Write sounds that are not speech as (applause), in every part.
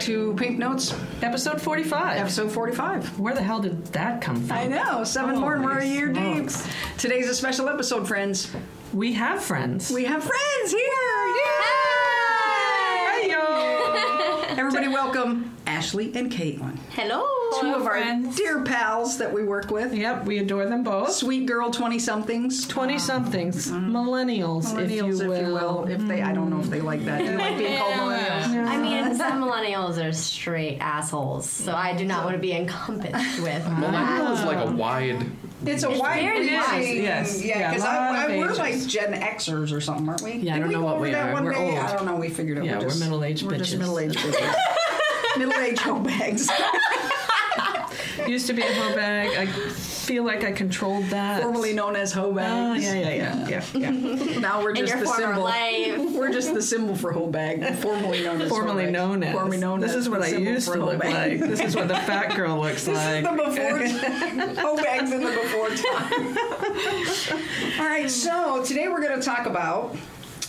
to Pink Notes, Episode 45. episode 45. Where the hell did that come from? I know, seven Holy more and we're a year deep. Oh, smokes. Today's a special episode, friends. We have friends. We have friends here! Yay! Everybody, welcome Ashley and Caitlin, Hello, two of our dear pals that we work with. Yep, we adore them both. Sweet girl, twenty somethings, 20 somethings, millennials, Mm-hmm. millennials, if you will. If, they, I don't know if they like that. They like being called millennials. I (laughs) mean, some millennials are straight assholes, so I do not want to be encompassed with (laughs) that. Millennial is like a wide. It's a It's wide very ranging- wide. Yes, yeah. yeah, Because lot of we're ages. like Gen Xers or something, aren't we? Yeah, I Did don't we know go what over we that are. One We're day? old. I don't know. We figured it. Yeah, we're, we're just, middle-aged we're Just bitches. middle-aged bitches. middle-aged hoe bags. (laughs) Used to be a hoe bag. I feel like I controlled that. formerly known as hoe Ah, bags. yeah, yeah, yeah, yeah, yeah. Now we're In just your the former symbol. life. (laughs) We're just the symbol for hoe bag. Formerly known as. Formerly hoe bag. known as. Formerly known this as. is what the I symbol used for to hoe look bag. like. This (laughs) is what the fat girl looks like. (laughs) the before hoe bags in the before time. All right, so today we're going to talk about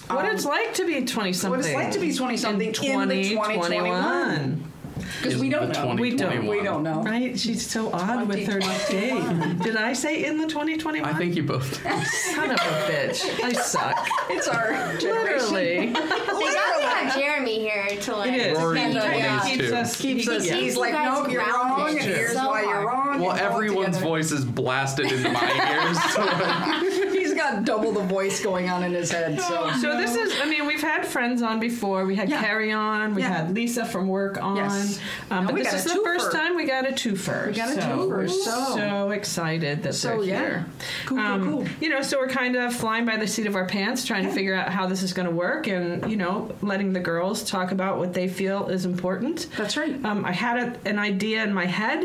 what it's like to be 20 something. what it's like to be 20-something in the 2021. because Is we don't the know. We don't. We don't know. Right? She's so odd with her date. Did I say in the 2021? I think you both. Son of a bitch. I suck. It's our generation. Literally. They got to have Jeremy here to like. It is. Rory defend Kinnear them. is. keeps too. us. Keeps us. keeps He's you like, guys nope, you're grounded wrong, and here's so why you're hard. wrong. and Well, pull it everyone's together. voice is blasted into my (laughs) ears. He's got double the voice going on in his head. So, So this is, I mean, we've had friends on before. We had Um, Yeah. Carrie on. We Yeah. had Lisa from work on. Yes. Um, And but we this got is a the twofer. first time we got a twofer. We got a so twofer, We're so- so, excited that So, they're yeah. here. Cool, Um, cool, cool. You know, so we're kind of flying by the seat of our pants, trying to figure out how this is going to work, and you know, letting the girls talk about what they feel is important. That's right. Um, I had a, an idea in my head.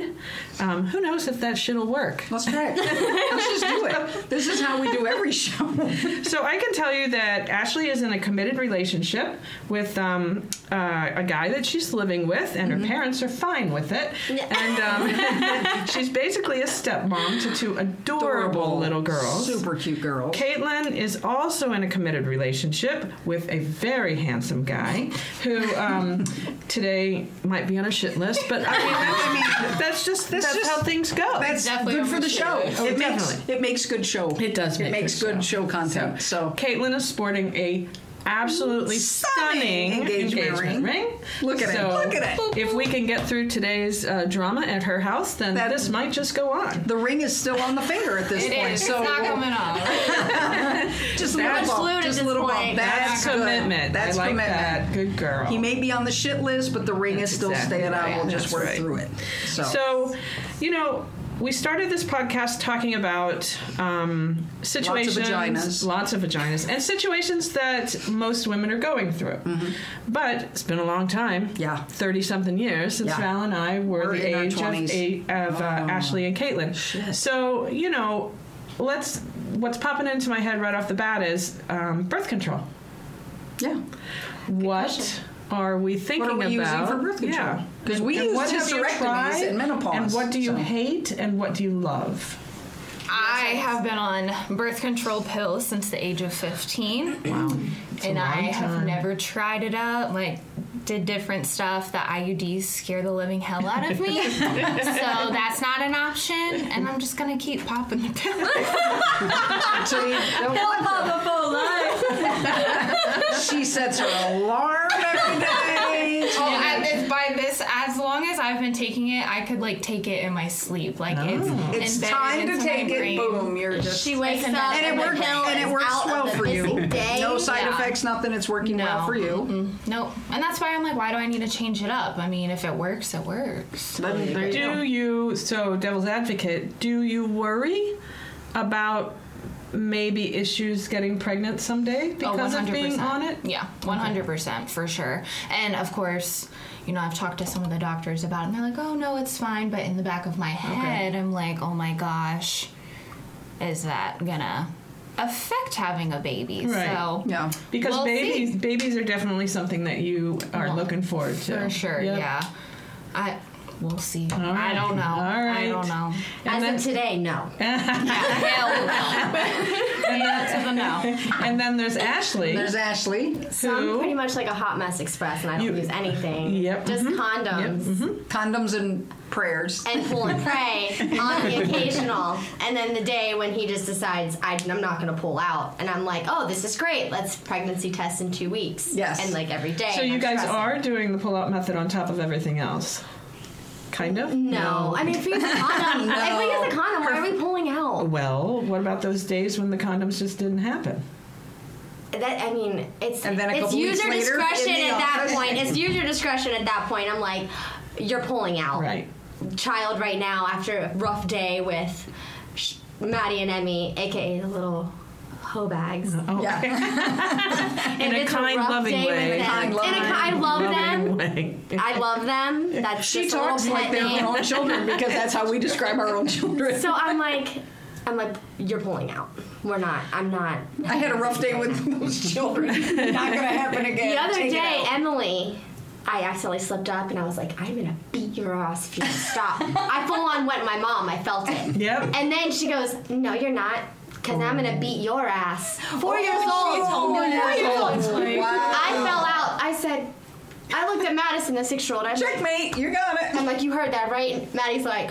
Um, who knows if that shit'll work? Let's try it. Let's just do it. This is how we do every show. So I can tell you that Ashley is in a committed relationship with um, uh, a guy that she's living with, and her parents are fine with it. And (laughs) um, she's basically a stepmom to two adorable, little girls. Super cute girls. Caitlin is also in a committed relationship with a very handsome guy who (laughs) um, today might be on a shit list, but I mean, that's, that's just that's, just- how things go. That's Definitely good for the show. appreciate It makes, definitely- it makes good show. It does it make makes good good show, content. So, Caitlin is sporting a absolutely stunning, Stunning engagement engagement, ring. ring. Look at it. Look at it. If we can get through today's uh, drama at her house, then That- this might just go on. the ring is still on the finger at this point. It's so not coming off. (laughs) just a That's little fluid bump. Just at a this little bump. point. That's That's, good. commitment. That's I like commitment. that. Good girl. He may be on the shit list, but the ring is still exactly staying out. right. We'll just That's work right. through it. So, So, you know, we started this podcast talking about um, situations, vaginas. lots of vaginas, and situations that most women are going through. But it's been a long time, Mm-hmm. Yeah. thirty something years since Yeah. Val and I were, We're the in our age of, 20s. eight, of uh, Ashley and Caitlin. Shit. So, you know, let's. What's popping into my head right off the bat is um, birth control. yeah. What are we thinking What are we about? using for birth control? Yeah. 'Cause we And use what have you hysterectomies tried, and menopause, And what do you so. hate and what do you love? I have been on birth control pills since the age of 15. (clears throat) Wow. And I have never tried it out. Like, did different stuff. The IUDs scare the living hell out of (laughs) me. so that's not an option. And I'm just going to keep popping the pills. So you don't want that. (laughs) she sets her alarm every day. Oh, (laughs) I, if by this, as long as I've been taking it, I could, like, take it in my sleep. Like, Oh. it's, It's embedded time to into my take it. brain. Boom. You're just. She wakes And up it and, the works- pill and it is works out well of the for you. busy Day. (laughs) no side yeah. effects, nothing. It's working well No. Mm-hmm. for you. Mm, Nope. And that's why I'm like, why do I need to change it up? I mean, if it works, it works. Then there you go. Do you, so devil's advocate, do you worry about maybe issues getting pregnant someday Oh, because of being on it? Yeah, 100% for sure. And of course, you know, I've talked to some of the doctors about it and they're like, oh, no, it's fine. But in the back of my head, I'm like, oh my gosh, is that gonna affect having a baby? Right. So, Yeah. Because We'll babies see. babies are definitely something that you are Well, looking forward to. for sure, Yep. yeah. I. We'll see. All right. I don't know. All I right. (laughs) don't know. As And then- of today, (laughs) no. Hell no. Yeah, to the no. And then there's Ashley. There's Ashley. So I'm Who? pretty much like a hot mess express, and I don't You- use anything. Yep. Just condoms Condoms and prayers. and pull and pray on the occasional. And then the day when he just decides I, I'm not going to pull out, and I'm like, oh, this is great. Let's pregnancy test in two weeks. Yes. And like every day. so and you I'm guys stressing. are doing the pull-out method on top of everything else, kind of. No. I mean, if we use a condom, (laughs) if we use a condom, why are we pulling out? Well, what about those days when the condoms just didn't happen? That I mean, it's And then a it's couple weeks user later, discretion in the at that office. (laughs) point. It's user discretion at that point. I'm like, you're pulling out. Right. Child, right now after a rough day with Sh- Maddie and Emmy, aka the little Uh-huh. hoe bags. Oh, Yeah. If a it's kind, rough loving day with way. them- Kind, in a ki- I (laughs) love them. Way. I love them. (laughs) That's She just a talks little like pet they're name. her own children because that's how we describe our own children. So I'm like, I'm like, you're pulling out. We're not. I'm not. I had a rough day with (laughs) those children. Not gonna happen again. The other Take it day, out. Emily, I accidentally slipped up and I was like, I'm gonna beat your ass if you don't (laughs) stop. I full on went my mom, I felt it. Yep. And then she goes, No, you're not, because I'm gonna beat your ass. Four years she's old. four Four years years old. old. Wow. I fell out. I said, I looked at Madison, the six year old. I'm like, Checkmate, you got it. I'm like, You heard that, right? And Maddie's like,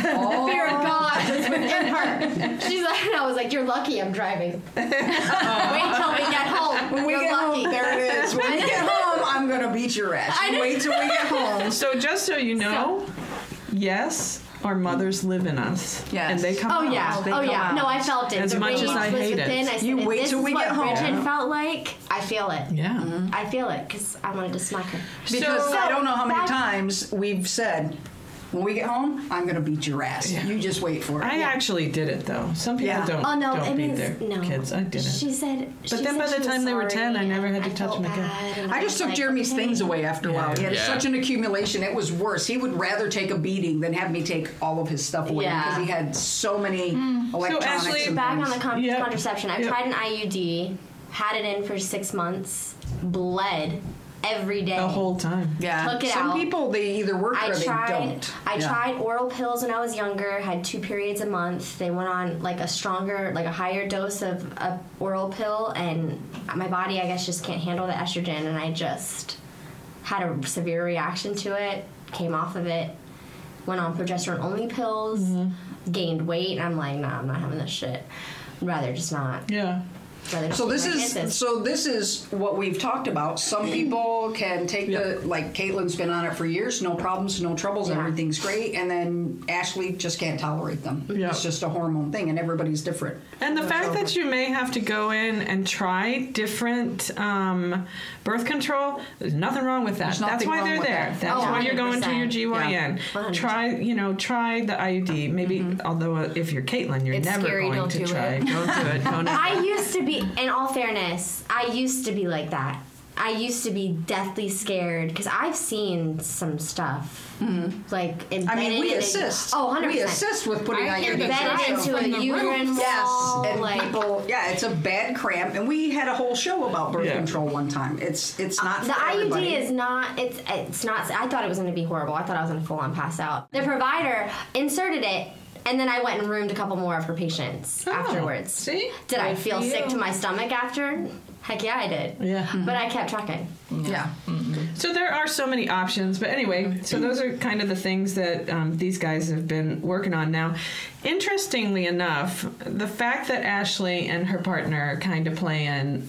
Oh. Fear of God was within her. She's like, and I was like, You're lucky I'm driving. Wait till we Uh-huh. get home. When we you're get lucky. home, there it is. When we get home, I'm gonna beat your ass. I know. Wait till we get (laughs) home. So just so you know, yes, our mothers live in us. Yes. And they come Oh out. yeah, They oh come yeah. out. No, I felt it. As the much as rage I was hate it. within. I said, You if wait this till is we what get home. Bridget felt like. I feel it. Mm-hmm. Yeah. I feel it because I wanted to smack her. Because So- I don't know how many Back- times we've said, when we get home, I'm gonna beat your ass. You just wait for it. I actually did it though. Some people Yeah. don't, Oh no, don't it beat means their no. kids. I didn't. She said. But then by the time they were 10, I never had to touch them again. I just took Jeremy's things away after a while. He had Yeah. such an accumulation; it was worse. He would rather take a beating than have me take all of his stuff away Yeah. Mm. because he had so many electronics. Ashley- and Back on things. the con- Yep. contraception, I Yep. tried an IUD, had it in for six months, bled every day. the whole time. yeah. took it Some out. people they either work I or they tried. don't. I Yeah. tried oral pills when I was younger. Had two periods a month. They went on like a stronger, like a higher dose of a oral pill, and my body, I guess, just can't handle the estrogen, and I just had a severe reaction to it. Came off of it. Went on progesterone only pills. Mm-hmm. Gained weight. And I'm like, nah, I'm not having this shit. I'd rather just not. Yeah. Rather just So take this my is chances. so this is what we've talked about. (clears throat) Some people can take the like Caitlin's been on it for years, no problems, no troubles, Yeah. everything's great, and then Ashley just can't tolerate them. Yeah. It's just a hormone thing, and everybody's different. And the fact that you may have to go in and try different um, birth control, there's nothing wrong with that. There's nothing That's why wrong they're with there. that. That's Oh, why you're going to your GYN. 100%. Yeah. Try, you know, try the IUD. Maybe, although uh, if you're Caitlin, you're It's never scary, going don't to do try. it. Don't do it. Don't ever. I used to be, in all fairness, I used to be like that. I used to be deathly scared because I've seen some stuff. Like, embedded Mm-hmm. I mean, we in a- assist. oh, 100%. We assist with putting I can IUDs. in. bet Embedded Right. into a From the uterine roof. Yes, wall. and like, people. Yeah, it's a bad cramp, and we had a whole show about birth Yeah. control one time. It's it's not Uh, the for IUD everybody. is not. It's it's not. I thought it was going to be horrible. I thought I was going to full on pass out. The provider inserted it, and then I went and roomed a couple more of her patients Oh, afterwards. see? Did I Good for feel you. sick to my stomach after? Heck yeah, I did. Yeah. But I kept trucking. Yeah. So there are so many options, but anyway, so those are kind of the things that um, these guys have been working on now. Interestingly enough, the fact that Ashley and her partner are kind of playing.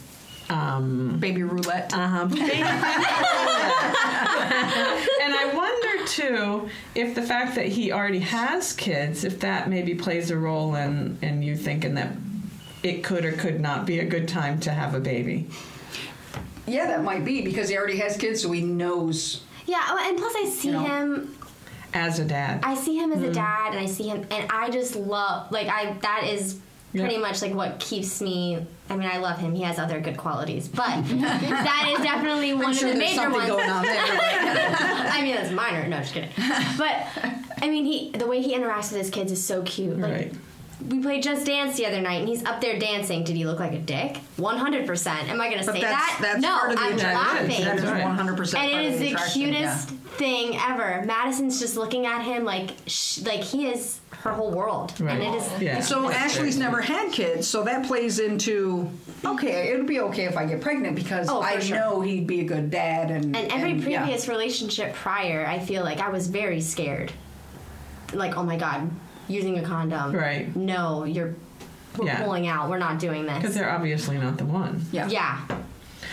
Um, Baby roulette. (laughs) um, and I wonder too if the fact that he already has kids, if that maybe plays a role in, in you thinking that it could or could not be a good time to have a baby. yeah, that might be because he already has kids, so he knows. Yeah, oh, and plus I see You know. him. As a dad, I see him as a dad, and I see him, and I just love like I that is pretty Yeah. much like what keeps me. I mean, I love him. He has other good qualities, (laughs) but that is definitely one I'm sure of the there's major something ones. going on (laughs) there. I mean, (laughs) that's minor. No, just kidding. But I mean, he the way he interacts with his kids is so cute. Like, Right. we played Just Dance the other night, and he's up there dancing. Did he look like a dick? One hundred percent. Am I going to But say that's that? that's no, part of the I'm attraction. laughing. That is Right. 100 percent. and it is the, attraction, cutest thing ever. Madison's just looking at him like, sh- like he is her whole world, Right. and it is. Yeah. Yeah. So Ashley's never had kids, so that plays into okay. It'd be okay if I get pregnant because Oh, for I sure. know he'd be a good dad, and And every yeah. previous relationship prior, I feel like I was very scared. Like, oh my god, using a condom. Right. No, you're we're Yeah. pulling out. We're not doing Because this. they're obviously not the one. yeah. Yeah.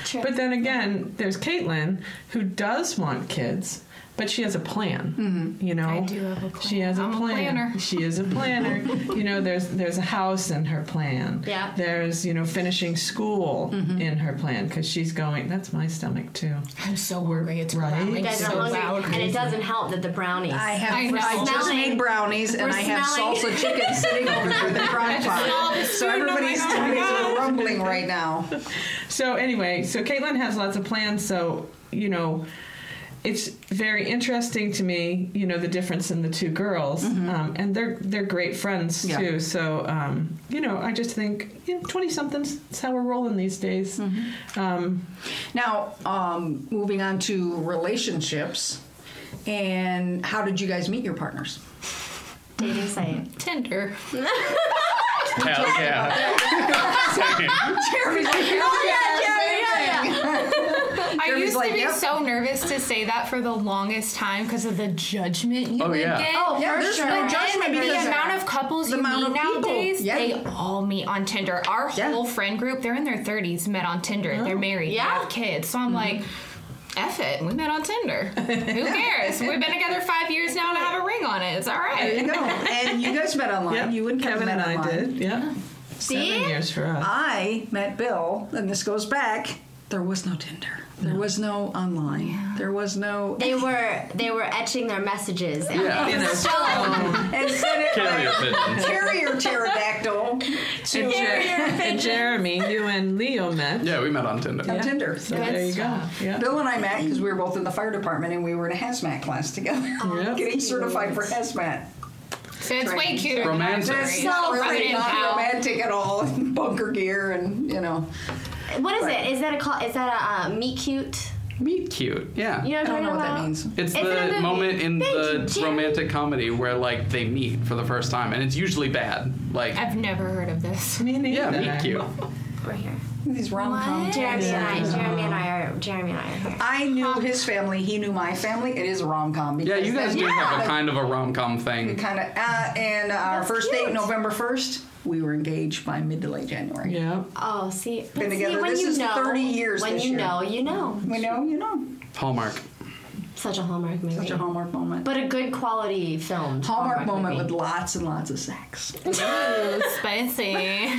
True. But then again, there's Caitlin who does want kids, but she has a plan. You know, Mm-hmm. I do have a She has a plan. I'm a plan. (laughs) planner. She is a planner. you know, there's there's a house in her plan. Yeah. There's you know finishing school Mm-hmm. in her plan because she's going. That's my stomach too. I'm so hungry. It's Right? growling you guys so are loud. hungry, and it doesn't help that the brownies. I have. I know. I just Smelling. made brownies, and We're I have smelling. salsa chicken sitting over there in the crock pot. So everybody's tummies are rumbling right now. So anyway, so Caitlin has lots of plans. So you know, it's very interesting to me. You know the difference in the two girls, um, and they're they're great friends Mm-hmm. Yeah. too. So um, you know, I just think you know, twenty somethings. That's how we're rolling these days. Mm-hmm. Um, Now, um, moving on to relationships, and how did you guys meet your partners? (laughs) dating site. Tinder. Hell yeah. Same. Jeremy's like, oh yeah, Jeremy, I Jeremy's used like, to be "Yep." so nervous to say that for the longest time because of the judgment you Oh, would yeah. get. Oh, Yeah, for there's sure. no And judgment the because amount of couples the you amount meet of people, nowadays, yeah. they all meet on Tinder. Our Yeah. Oh. whole friend group, they're in their 30s, met on Tinder. They're married, Yeah. they have kids. So I'm Mm-hmm. like, F it, we met on Tinder. (laughs) Who cares? We've been together five years now and I have a ring on it. It's all There you (laughs) right. go. And you guys met online. yeah, You and Kevin, and met I online. did. Yeah, seven years for us. I met Bill, and this goes back. There was no Tinder. There was no online. There was no. They were they were etching their messages. And (laughs) Yeah. You know, so And sent it like Carry your pigeons. carrier pterodactyl to and, Jer- and Jeremy, you and Leo met. (laughs) Yeah, we met on Tinder. on Tinder. So there you go. Yeah. Bill and I met because we were both in the fire department and we were in a hazmat class together, Oh, Yep. (laughs) getting certified for hazmat. So it's way cuter. than Romantic. ours. It's So not rubbing really it not out. romantic at all. (laughs) Bunker gear and you know, What is Right. it? Is that a call? Is that a uh, meet cute? Meet cute. Yeah. You know, I what I'm don't know talking what that about? means. It's It's in a the movie. moment in Thank you, the Jeremy. romantic comedy where like they meet for the first time, and it's usually bad. Like, I've never heard of this. Me neither. yeah, meet cute. Right here. These rom What? coms. Jeremy and I. Jeremy and I are. Jeremy and I are here. I knew his family. He knew my family. It is a rom com. Yeah, you guys do have a Yeah. kind of a rom com thing. kind of. Uh, and our That's first date, cute. November first, we were engaged by mid to late January. Yeah. Oh, see, Been see, together- when this you is know, 30 years When this you year. know, you know. We know, you know, Hallmark. Such a hallmark movie. such a hallmark moment. but a good quality film. hallmark, moment with lots and lots of sex. Ooh, spicy.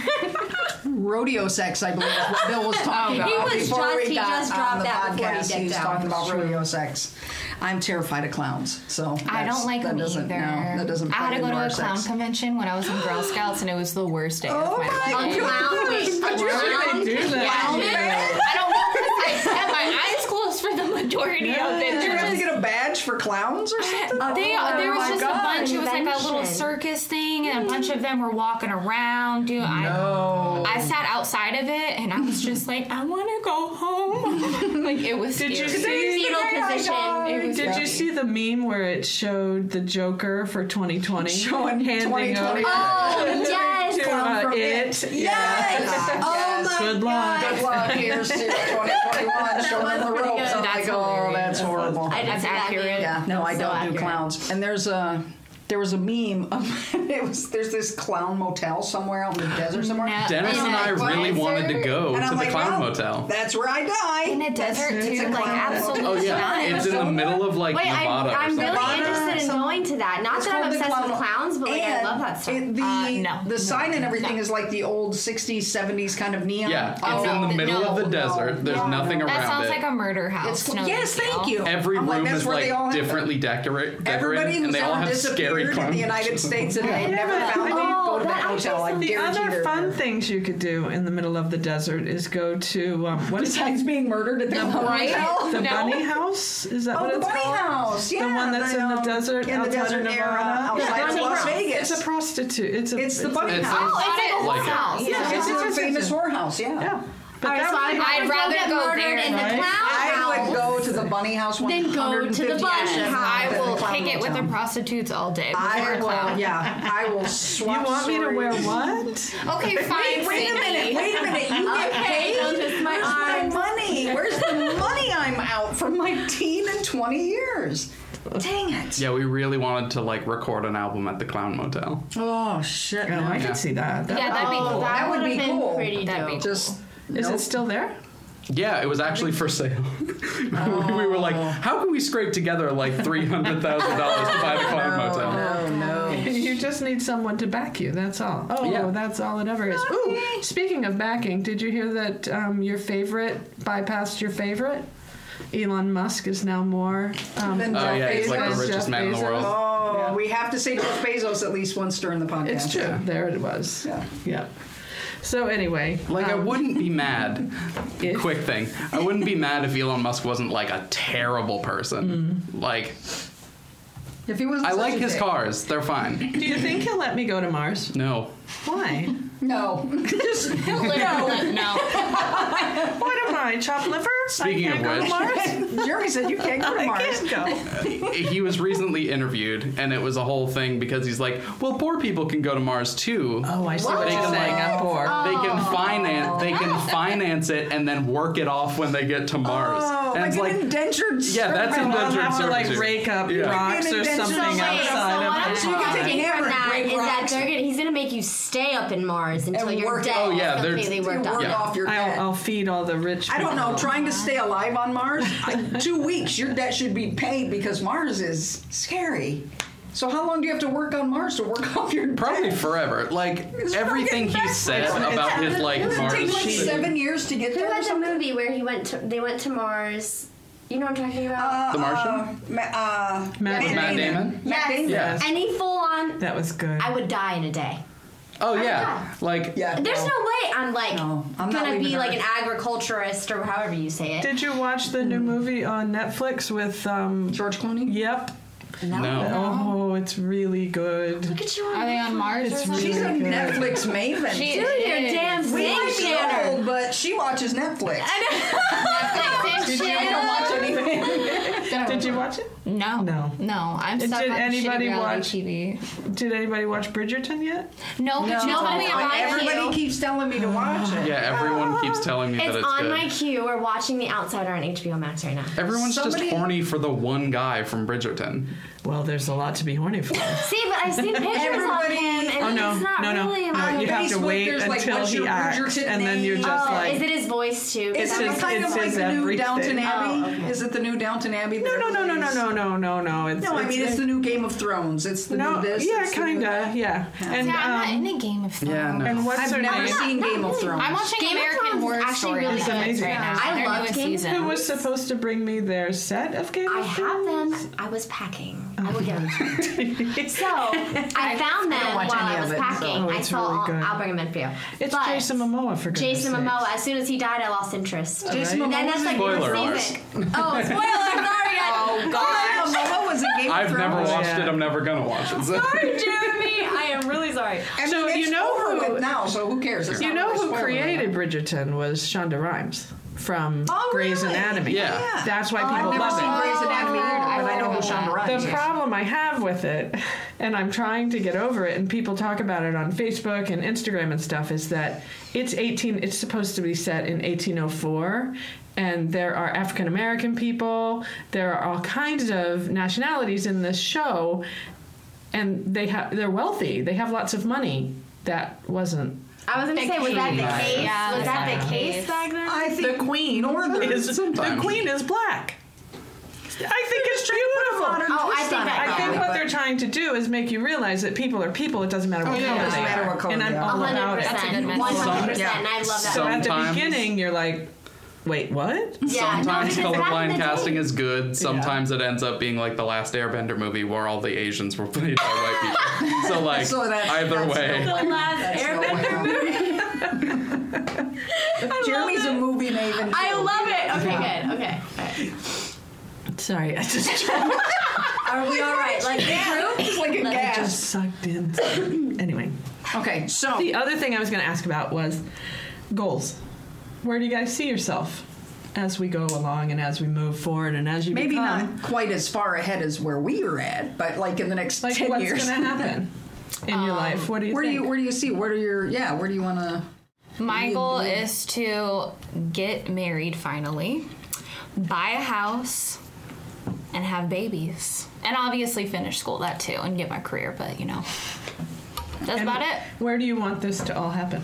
rodeo sex, I believe, is what Bill was (laughs) talking Oh, about. God. He was before just- we he got just on dropped the that before he podcast, dipped was out. talking about Sure. rodeo sex. I'm terrified of clowns, so I that's- don't like that them doesn't, either. No, that doesn't. I had play to go into to our a clown sex. convention when I was in Girl Scouts, and it was the worst day Oh of my my life. A (laughs) clown with But you Why do they do that? I don't know because I had my eyes closed for the majority of it. Did you There have to was- get a badge for clowns or something? Uh, They, Oh there was my just God. a bunch. It was like a little Convention. circus thing, and a bunch of them were walking around. Dude, No. I, I sat outside of it, and I was just like, I want to go home. (laughs) like it was. Did you scary. see? Fetal position. It was Did you yucky. see the meme where it showed the Joker for 2020? (laughs) Showing handing 2020. over Oh to yes. Clown uh, from it. Yes. Yeah. Oh my Good luck. Good luck. Here's to (laughs) 2021. Show them the was pretty ropes. good. I'm like, That's oh, hilarious. that's horrible. I didn't That's see that accurate. meme. Yeah, no, I So don't do accurate. clowns. And there's a there was a meme of (laughs) it was there's this clown motel somewhere out in the desert somewhere. No. Dennis Yeah. and I Why really is wanted to there- go And Oh, to I'm the like, clown well, motel. That's where I die. in a desert That's- it's a too? Like clown motel. absolutely Oh yeah, not. it's in the middle of like Wait, I'm, Nevada. or I'm something. really Nevada, interested in some- going to that. Not It's that I'm called the obsessed with Clown- clowns, but like, I And love that stuff. it- the Uh, no. the sign and everything No. is like the old '60s, '70s kind of neon. Yeah, it's Oh, in no, the middle no, of the no, desert. There's no. nothing around That sounds it. like a murder house. It's, no big yes, deal. thank you. Every I'm room that's is where they all like end up. differently decorate, Everybody decorated, who's and they all ever have scary disappeared in clowns. the United States and they never Yeah. found I them, mean, go to that that hotel. I The guarantee other they're fun there. things you could do in the middle of the desert is go to um, what is that? Besides being murdered at the (laughs) hotel. The (laughs) No. bunny house? Is that Oh, what the it's bunny called? house. Yeah, one that's in the um, desert in the outside of desert Nevada? area outside Yeah, of Las bunny house. Vegas. Yes. It's a prostitute. It's a. It's the bunny It's house. Oh, it's it's like like a it. house. Yeah, Yeah, it's- it's, it's- a famous whorehouse. Yeah. Yeah. But All right, that so would I'd, be- I'd rather get go murdered there, in the right? I clown would house. go to the bunny house. Then go to the 150 bunny times. house. I Yeah, will the pick it with the clown. prostitutes all day. before I a clown. will. Yeah, I (laughs) will You swap. want me to stories. wear what? Okay, fine. Wait, wait a Sydney. minute. Wait a minute. You get Okay, paid. those are my (laughs) Where's arms. my money? Where's the money I'm out for my teen and twenty years? Dang it. Yeah, we really wanted to like record an album at the Clown Motel. Oh shit. No, no. I could see that. That- Yeah, that'd be Oh, cool. That would would've be been cool. pretty That'd be dope. Just. Is nope. it still there? Yeah, it was actually for sale. (laughs) We- we were like, how can we scrape together like three hundred thousand dollars to buy the Clown Motel? Oh no. (laughs) You just need someone to back you. That's all. Oh, Yeah. that's all it ever is. Ooh, speaking of backing, did you hear that um, your favorite bypassed your favorite? Elon Musk is now more. Um, Than Oh Jeff yeah, he's like Bezos, the richest Jeff man in the Bezos. world. Oh, Yeah. we have to say Jeff Bezos at least once during the podcast. It's true. There it was. Yeah. Yeah. So anyway, Like, I um, wouldn't be (laughs) mad. If- Quick thing. I wouldn't be mad if Elon Musk wasn't like a terrible person. Like, If he was, I like his Mm. dick. cars. They're fine. do (laughs) you think he'll let me go to Mars? No. (laughs) Why? (laughs) No, Just Literally, (laughs) no. what am I? Chopped liver? Speaking I can't of go to which- Mars. (laughs) Jeremy said you can't go to I Mars. can't go. He was recently interviewed, and it was a whole thing because he's like, well, poor people can go to Mars too. Oh, I see what, Oh, you're What? saying. I'm poor. They can Oh. finance. They (laughs) can finance it and then work it off when they get to Mars. Oh, and like, it's an like, indentured. yeah, that's servant. I'll indentured have to like servitude. rake up Yeah. rocks or Indentured something Oh, servitude. outside So what of I'm Mars. You can take From a hammer and that break is that rocks. they're gonna, he's gonna make you stay up in Mars until And you're work- dead. oh, yeah, they're- completely they're You worked work up. Yeah. off your head. I'll, I'll feed all the rich. I don't people. know. Trying to stay alive on (laughs) Mars, I, two weeks. Your debt should be paid because Mars is scary. So how long do you have to work on Mars to work (laughs) off your debt? Probably forever. Like It's fucking everything he backwards. said It's- about his like Doesn't Mars. it take like shit. seven years to get Who there or was a something? movie where he went to? They went to Mars. You know what I'm talking about? The Martian. Uh, Ma- uh, Matt Damon. Matt Damon? Matt Damon. Yeah. Any full on? That was good. I would die in a day. Oh God. yeah, like Yeah. There's no way I'm like No, I'm not gonna be leaving like an Earth. agriculturist or however you say it. Did you watch the new movie on Netflix with um? George Clooney. Yep. no. Oh, it's really good. (laughs) Look at you on Are they on Mars or It's something? She's a Really good. Netflix maven. She Dude, It your is. damn we thing might be channel. old, but she watches Netflix. Netflix I and don't watch anything. chill. Did you watch it? No, No. no. I'm Did stuck on anybody shitty reality watch- TV. Did anybody watch Bridgerton yet? No, but you told me about it. everybody keeps telling me to watch it. Yeah, everyone Oh. keeps telling me It's, that it's on good. my queue. We're watching The Outsider on HBO Max right now. Everyone's Somebody- just horny for the one guy from Bridgerton. Well, there's a lot to be horny for. See, but (laughs) I've seen pictures of Everybody- him, and Oh no, he's not no, no, really. no! like- You have to Facebook, wait there's, like, until what's he your acts, Bridgerton and then you're name? just oh, like, is it his voice too? 'Cause Is It's I'm it his- like- kind it's of like his the new everything. Downton Abbey? Oh, okay. Is it the new Downton Abbey? no, no, no, no, no, no, no, no, no. It's, No, I it's- mean it's the new Game of Thrones. It's the no, new this. yeah, it's the new kind that. of, yeah. And Yeah, I'm um, not in a Game of Thrones. Yeah, no. and what's I've her never name? seen not Game of really. Thrones. I'm watching Game of American Thrones Horror is actually Story. really on good. Netflix Yeah. Right now. I Their love newest Game of season. Who was supposed to bring me their set of Game I of have Thrones? them. I was packing. I will get them. (laughs) to you. so I found them watch while any I was of it, packing. so- I It's saw. really all- good. I'll bring them in for you. It's But Jason Momoa for goodness Jason sakes. Momoa. As soon as he died, I lost interest. Jason And then Momoa that's like Spoiler your season. Oh, spoiler! (laughs) Sorry. Oh Oh, Momoa was in Game I've of never Thrones. watched Yeah. it. I'm never gonna watch it. So. Sorry, Jeremy. I am really sorry. I mean, So it's you know over who- with now. So who cares? It's You not know really who spoiling. created Bridgerton was Shonda Rhimes from Oh, Grey's really? Anatomy. Yeah. Yeah. Oh, That's why I've people never seen love it. Grey's Anatomy either, but I know who Shonda Rhimes is. Oh, The problem I have with it, and I'm trying to get over it, and people talk about it on Facebook and Instagram and stuff, is that it's 18. It's supposed to be set in 1804, and there are African American people. There are all kinds of nationalities in this show, and they have they're wealthy. They have lots of money. That wasn't I was gonna say, was that the case? Yeah, was that the case back then? I think the Queen or the is the Sometimes. queen is black. I think it's beautiful. Oh, I think I that. think probably, what but- they're trying to do is make you realize that people are people. It doesn't matter what Oh, yeah, color it doesn't they matter are. what color and I'm they are. all about 100%. it. That's a good 100%. message. Yeah. And I love that. So one. at the Sometimes- beginning, you're like, wait, what? yeah, Sometimes no, because back in the colorblind day- casting is good. Sometimes it ends up being like the last Airbender movie where all the Asians were played by (laughs) white people. So like So that's- either that's way, no (laughs) way. last That's no (laughs) way. (laughs) Jeremy's a movie maven. I too. love it. Okay, good. Okay. (laughs) Sorry, I just Are we all right? Like the group? It's like a Let me gas. Just sucked in. anyway, okay, so the other thing I was going to ask about was goals. Where do you guys see yourself as we go along and as we move forward and as you maybe become? not quite as far ahead as where we are at, but like in the next Like ten what's years. going to happen in your life? What do you Where do think? you where do you see where do your yeah where do you want to My goal is to get married finally, buy a house, and have babies. And obviously finish school, that too, and get my career, but you know. That's about it. Where do you want this to all happen?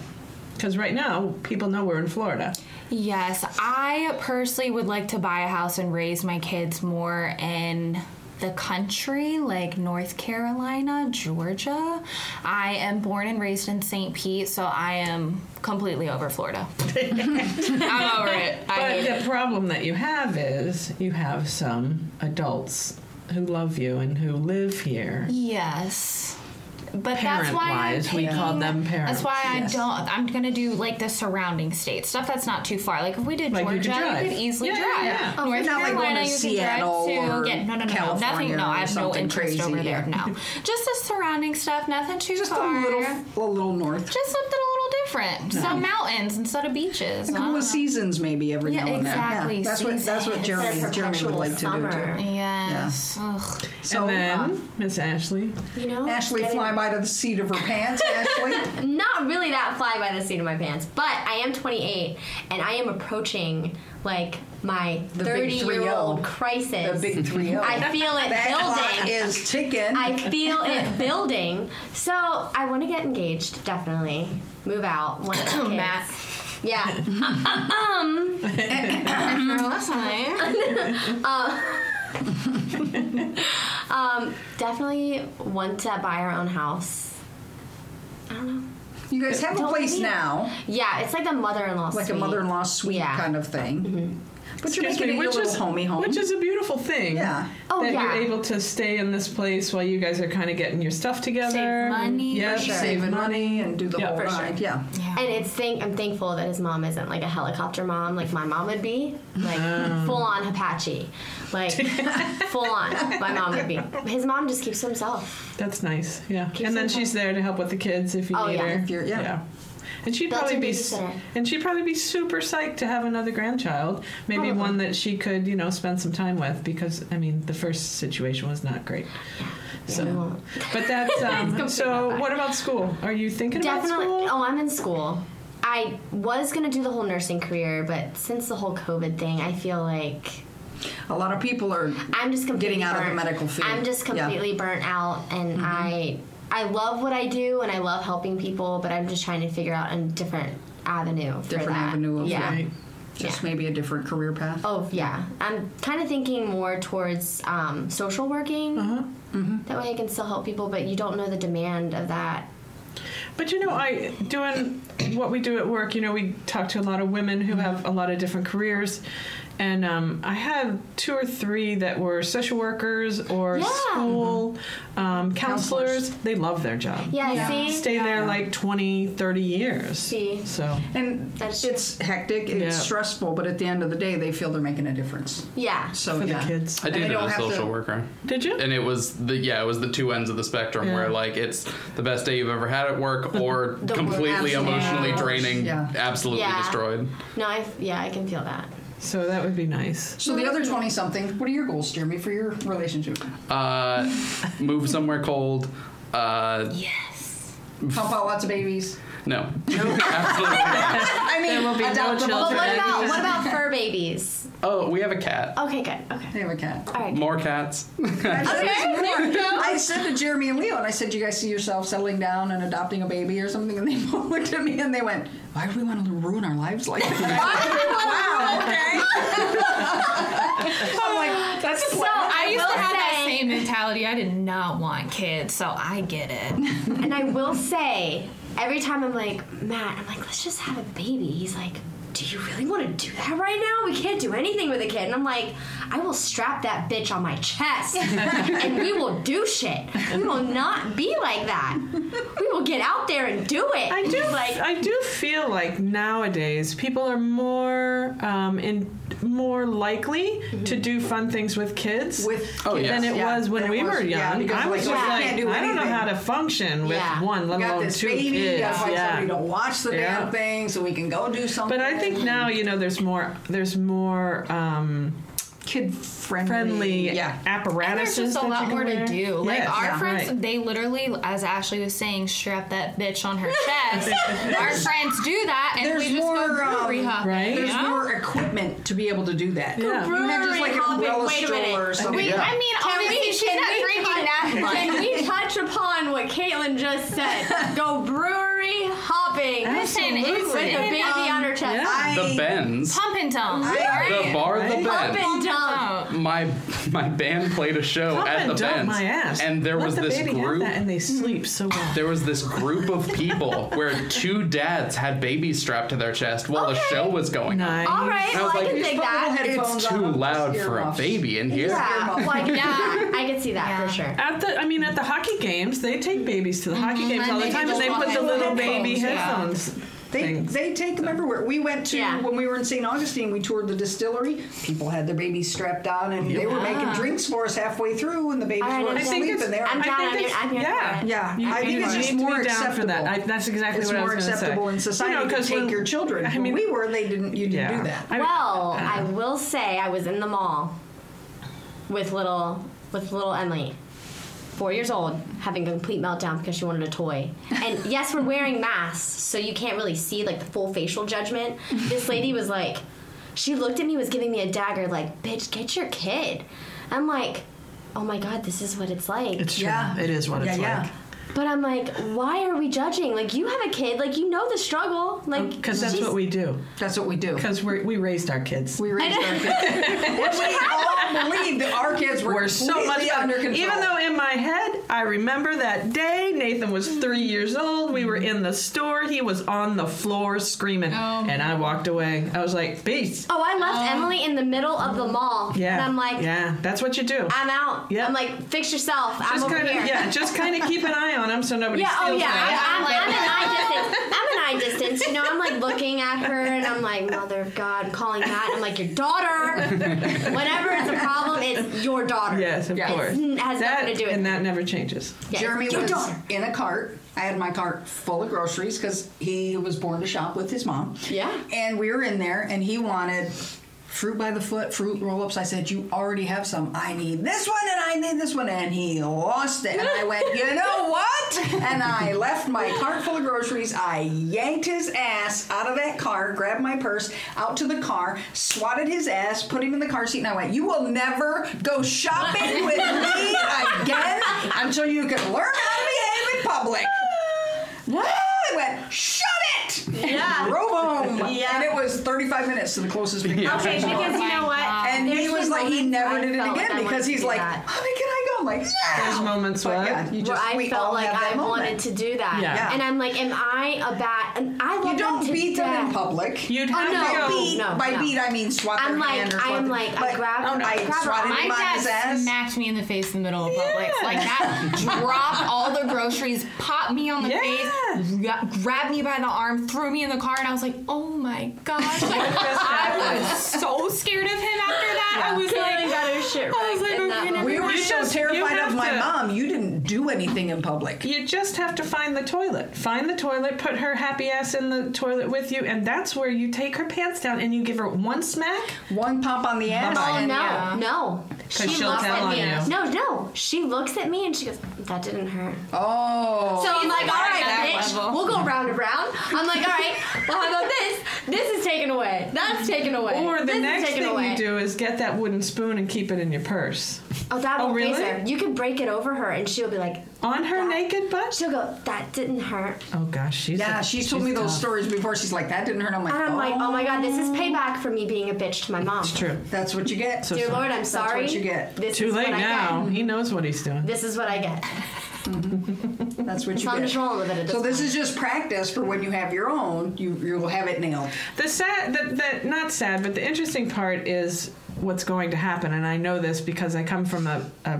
Because right now, people know we're in Florida. Yes, I personally would like to buy a house and raise my kids more in the country, like North Carolina, Georgia. I am born and raised in St. Pete, so I am completely over Florida. (laughs) I'm over it. I But hate it. the problem that you have is you have some adults who love you and who live here. Yes. But that's Parent why I'm wise, we picking- call them parents. That's why I don't. I'm gonna do like the surrounding states stuff that's not too far. Like if we did Like you could Georgia, drive. you could easily Yeah, yeah, drive. yeah. Oh, North not like going Carolina, to you Seattle can drive or to. Yeah, no, no, no, no, California nothing. No, or I have no something interest crazy, over there. yeah. No, just the surrounding stuff. Nothing too just far. a little a little north Just something a little different. Some mountains instead of beaches. Oh. a I couple don't of know. seasons maybe every Yeah, now and then exactly, yeah. that's what that's what seasons. Jeremy It's a Jeremy would perpetual like to summer. do Yes. Ugh. too so and uh, then, Miss Ashley, You know, Ashley Oh, getting- fly by to the seat of her pants Ashley (laughs) not really that fly by the seat of my pants, but I am 28 and I am approaching like my The big 30 year old the crisis. big (laughs) three I (laughs) feel it that clock building. is ticking I feel (laughs) it building. So I want to get engaged, definitely. Move out. One of (coughs) the kids. Matt. Yeah. Um, definitely want to buy our own house. I don't know. you guys have a Don't place leave. now Yeah, it's like the mother-in-law like suite. a mother-in-law suite Yeah. Mm-hmm. kind of thing but you're Excuse making me, it your which little is homey home which is a beautiful thing. Yeah. Oh, that yeah. you're able to stay in this place while you guys are kind of getting your stuff together. money, Yeah, for sure. save saving money and do the Yeah, whole for sure. ride yeah Yeah. And it's thank I'm thankful that his mom isn't like a helicopter mom like my mom would be like full on Apache like full on my mom would be his mom just keeps to himself That's nice. Yeah. Keep and then some she's there to help with the kids if you Oh, need yeah. her. If you're- yeah. And she'd Built-in probably be, babysitter. and she'd probably be super psyched to have another grandchild, maybe Probably. one that she could, you know, spend some time with. Because I mean, the first situation was not great. So, we won't. but (laughs) that's um, so. not What about school? Are you thinking definitely about school? oh I'm in school I was gonna do the whole nursing career but since the whole COVID thing I feel like a lot of people are I'm just completely Getting out of the burnt- medical field. I'm just Yeah. Mm-hmm. completely burnt out, and I I love what I do, and I love helping people, but I'm just trying to figure out a different avenue. For different that. avenue of yeah. right. just Yeah. maybe a different career path Oh yeah, I'm kind of thinking more towards um, social working. Uh-huh. Mm-hmm. That way I can still help people, but you don't know the demand of that. But you know, I doing what we do at work. You know, we talk to a lot of women who have a lot of different careers, and um, I had two or three that were social workers or Yeah. Mm-hmm. school um, counselors. They love their job. Yeah, see, Stay there like 20, 30 years. See. So And That's it's hectic, it's Yeah. stressful, but at the end of the day, they feel they're making a difference. yeah, So for yeah. the kids. I They did know don't a have social to- worker. Did you? and it was the yeah it was the two ends of the spectrum Yeah. where like it's the best day you've ever had at work or (laughs) The completely worst. emotionally Yeah. draining Yeah. absolutely Yeah. destroyed no, I yeah I can feel that. so that would be nice. So the other twenty something, what are your goals, Jeremy, for your relationship? uh, move somewhere cold uh, yes. Pump out lots of babies. (laughs) no absolutely not. I mean, will be no adopt a But children. bunch of babies. (laughs) what about what about fur babies? oh we have a cat Okay, good. Okay, They have a cat. all right. more cats I said this Okay, there morning- (laughs) I said to Jeremy and Leo, and I said, "Do you guys see yourself settling down and adopting a baby or something?" And they (laughs) both looked at me and they went, "Why do we want to ruin our lives like that?" wow. Okay. (laughs) I'm like, that's So I used to will have that say- same mentality. I did not want kids, so I get it. And I will say, every time I'm like, Matt, I'm like, let's just have a baby. He's like, do you really want to do that right now? We can't do anything with a kid. And I'm like, I will strap that bitch on my (laughs) chest and we will do shit. We will not be like that. We will get out there and do it. I do. Like, I do feel like nowadays people are more um, in more likely to do fun things with kids Mm-hmm. With Oh, kids, yeah. than it yeah, was when than it we was- were yeah, young. I because was like, just you like, can't do I don't know anything. how to function with Yeah. one, let We got alone this two baby, kids. you gotta find yeah. somebody to watch the Yeah. damn thing so we can go do something. But I think now you know there's more there's more um, kid friendly. friendly Yeah. And there's apparatuses. just a that lot you can more wear. to do. Like Yes, our yeah, friends, right. they literally, as Ashley was saying, strap that bitch on her chest. (laughs) our friends do that, and There's we just more, go brewery um, hopping. right? you There's know? more equipment to be able to do that. Yeah. You're not just Brewery like an hopping, umbrella wait a stroller minute. or something. Wait, Yeah. I mean, Can obviously, we, she's can, not we drinking touch, that much. (laughs) can we touch upon what Caitlin just said? Go brewery hopping Listen, it's with a baby um, on her chest. yeah. I, The Bends. pump and dump. The bar, the Pump Bends. and dump. Oh. My my band played a show Pump at and the dump Bends, my ass. and there Let was the this baby have group. that and they sleep so Mm-hmm. well. There was this group of people where two dads had babies strapped to their chest while the Okay. show was going on. Nice. All right, I well, was I like, can "These take fucking that. little Headphones It's on, too just loud for a earmuffs. baby in here. Yeah, earmuffs. like yeah, I could see that for sure. At the, I mean, at the hockey games, they take babies to the hockey games Mm-hmm. And all the they time, and just they walk put the in little with baby headphones, yeah. headphones. They, things. they take them everywhere. We went to Yeah. when we were in St. Augustine. We toured the distillery. People had their babies strapped on, and they were making drinks for us halfway through, and the babies I were don't think asleep. it's- And they were I'm I down. think I'm here. it's- I'm here yeah. for it. Yeah, You- I you think it's need just to be more down acceptable. For that. I, that's exactly it's what I more was gonna say. acceptable in society You know, to 'cause take when- your children. I When mean, we were, they didn't. You didn't yeah. do that. I- (laughs) Well, I will say I was in the mall with little with little Emily, four years old, having a complete meltdown because she wanted a toy. (laughs) And yes, we're wearing masks, so you can't really see like the full facial judgment. This lady was like, she looked at me, was giving me a dagger, like, "Bitch, get your kid." I'm like, "Oh my god, this is what it's like." It's true. Yeah. It is what Yeah, it's yeah. like. But I'm like, why are we judging? Like, you have a kid, like you know the struggle, like Because Oh, that's she's- what we do. That's what we do. Because we raised our kids. We raised (laughs) our kids. Which we all believed that our kids were, We're so much completely under better. control. Even though in my head, I remember that day. Nathan was three years old. We were in the store. He was on the floor screaming, Oh. and I walked away. I was like, "Peace." Oh, I left Emily in the middle of the mall. Yeah. And I'm like, yeah, that's what you do. I'm out. Yeah. I'm like, fix yourself. I'm just over kind of, here. yeah, just kind (laughs) of keep an eye on him so nobody Yeah, oh steals yeah, him. I, am I'm an eye (laughs) distance. I'm an eye distance. You know, I'm like looking at her and I'm like, Mother of God, calling that. I'm like, your daughter. (laughs) Whenever it's a problem, it's your daughter. Yes, of Yeah. course. It has That, nothing to do with and me. that never changes. Yeah, Jeremy your was daughter. in a cart. I had my cart full of groceries because he was born to shop with his mom. Yeah. And we were in there, and he wanted fruit by the foot, fruit roll ups. I said, You already have some. I need this one, and I need this one. And he lost it. And I went, You know what? And I left my cart full of groceries. I yanked his ass out of that car, grabbed my purse, out to the car, swatted his ass, put him in the car seat, and I went, You will never go shopping with me again until you can learn how to behave in public. What? I went, shut it! Yeah. Drove home. Yeah. And it was 35 minutes to the closest big Yeah. grocery Okay, store. because you know what? And he There's was been like, he moments never I did it felt like I again wanted because to he's do like, that. honey, can I go? I'm like, yeah. There's moments but where- yeah, you just, where I we felt all like have that I moment. wanted to do that. Yeah. Yeah. And I'm like, am I a bad? And I love You don't them to beat them in death. public. You'd Oh, have no. to By go. beat, no, by no. beat, I mean swat I'm their like- hand or I am something. like, I But oh, grabbed- I, I grabbed- swatted My him on dad his ass. smacked me in the face in the middle of public. Yeah. (laughs) Like that, dropped all the groceries, popped me on the Yeah. face, gra- grabbed me by the arm, threw me in the car, and I was like, "Oh my (laughs) gosh!" Like, I was so scared of him after that. I was Feeling like, better shit. I was right like, in that okay, moment. We You were so just- you terrified have of my to- mom. You didn't do anything in public. You just have to find the toilet. Find the toilet, put her happy ass in the toilet with you, and that's where you take her pants down and you give her one smack. One pop on the ass. Oh, Oh and no, Yeah. no. She she'll looks tell at on me. you. No, no. She looks at me and she goes, "That didn't hurt." Oh. So I'm like, "All right, that bitch, level." we'll go round and round." I'm like, "All right, well, how about this? This is taken away. That's taken away. Or the this next is taken thing away. you do is get that wooden spoon and keep it in your purse. Oh, that Oh, won't faze really? her. You could break it over her, and she'll be like, On her That- naked butt? she'll go, "That didn't hurt." Oh gosh, she's yeah, a- she's told she's me those tough. stories before. She's like, that didn't hurt. I'm like, And I'm like, "Oh my god, this is payback for me being a bitch to my mom." It's true. That's what you get. So Dear Lord, I'm what sorry. you get. This Too is late what I now. get. Mm-hmm. He knows what he's doing. This is what I get. That's what you So I'm get. just rolling with it. At this So this point. is just practice for when you have your own. You you'll have it nailed. The sad, the, the not sad, but the interesting part is what's going to happen, and I know this because I come from a, a,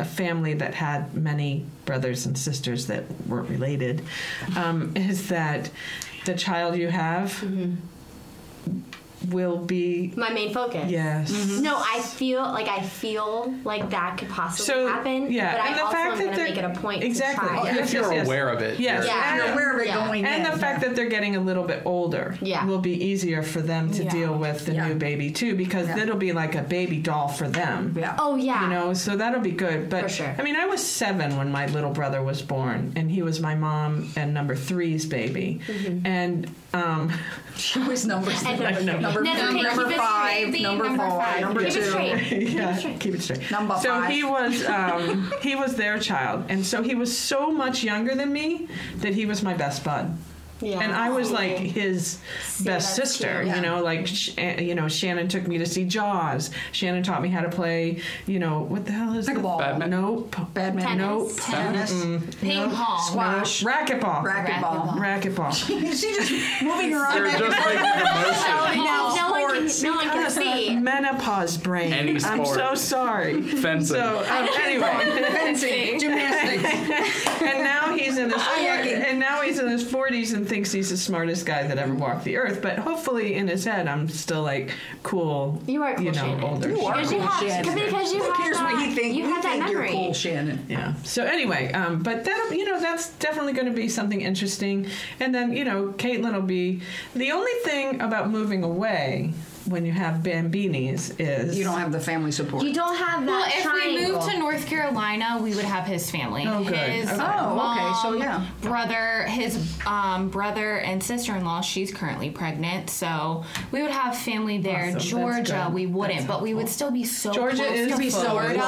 a family that had many brothers and sisters that weren't related. Um, is that the child you have? Mm-hmm. will be My main focus. Mm-hmm. yes. No, I feel like I feel like that could possibly So happen. yeah, but and I the also fact am that going to they're- make it a point exactly. to Oh, try. yeah. it. Yes, if (laughs) you're yes, yes. aware of it, Yes. you're- Yeah. You're aware of it Yeah. going in. And the fact that they're getting a little bit older Yeah. will be easier for them to Yeah. deal with the Yeah. new baby too, because Yeah. it'll be like a baby doll for them. yeah. (laughs) Oh yeah. You know, so that'll be good. But For sure. I mean, I was seven when my little brother was born, and he was my mom and number three's baby. And um, She always numbers. And them. number- number No, no, four, okay, number keep it five, straight, baby, number number four, five. number Keep it two. straight. yeah, straight. keep it straight. Number so five. he was um, he was their child, and so he was so much younger than me that he was my best bud. Yeah. And I was like his best that's sister, cute. you know. Like, sh- uh, you know, Shannon took me to see Jaws. Shannon taught me how to play, you know, what the hell is Pickleball. The, Badminton. nope. Badminton. Nope. Tennis. Ping pong. Squash. Racquetball. Racquetball. Racquetball. (laughs) she just moving her arm You're back and just forth. making a motion. now no one can, sports. no one (laughs) can see. Menopause brain. Any I'm sport. so sorry. (laughs) Fencing. So um, anyway, (laughs) Fencing. Gymnastics. and now (laughs) he's in his Kayaking. and now he's in his 40s and thinks he's the smartest guy that ever walked the earth. But hopefully, in his head, I'm still like cool. You are cool, you know, Shannon. older. You are Because you cool, have- Shannon. because you Who have cares what that- you think? you we have that think you're memory. cool, Shannon. Yeah. So anyway, um, but that you know that's definitely going to be something interesting. And then you know Caitlin will be the only thing about moving away when you have bambinis is You don't have the family support. You don't have that Well, if we triangle. moved to North Carolina, we would have his family. Oh, good. His uh, Okay. Oh, okay. So, mom, yeah. brother, his um, brother and sister-in-law. She's currently pregnant, so we would have family there. Awesome. That's Georgia, good. we wouldn't, That's but we would still be so Georgia close is to close. Florida Yeah.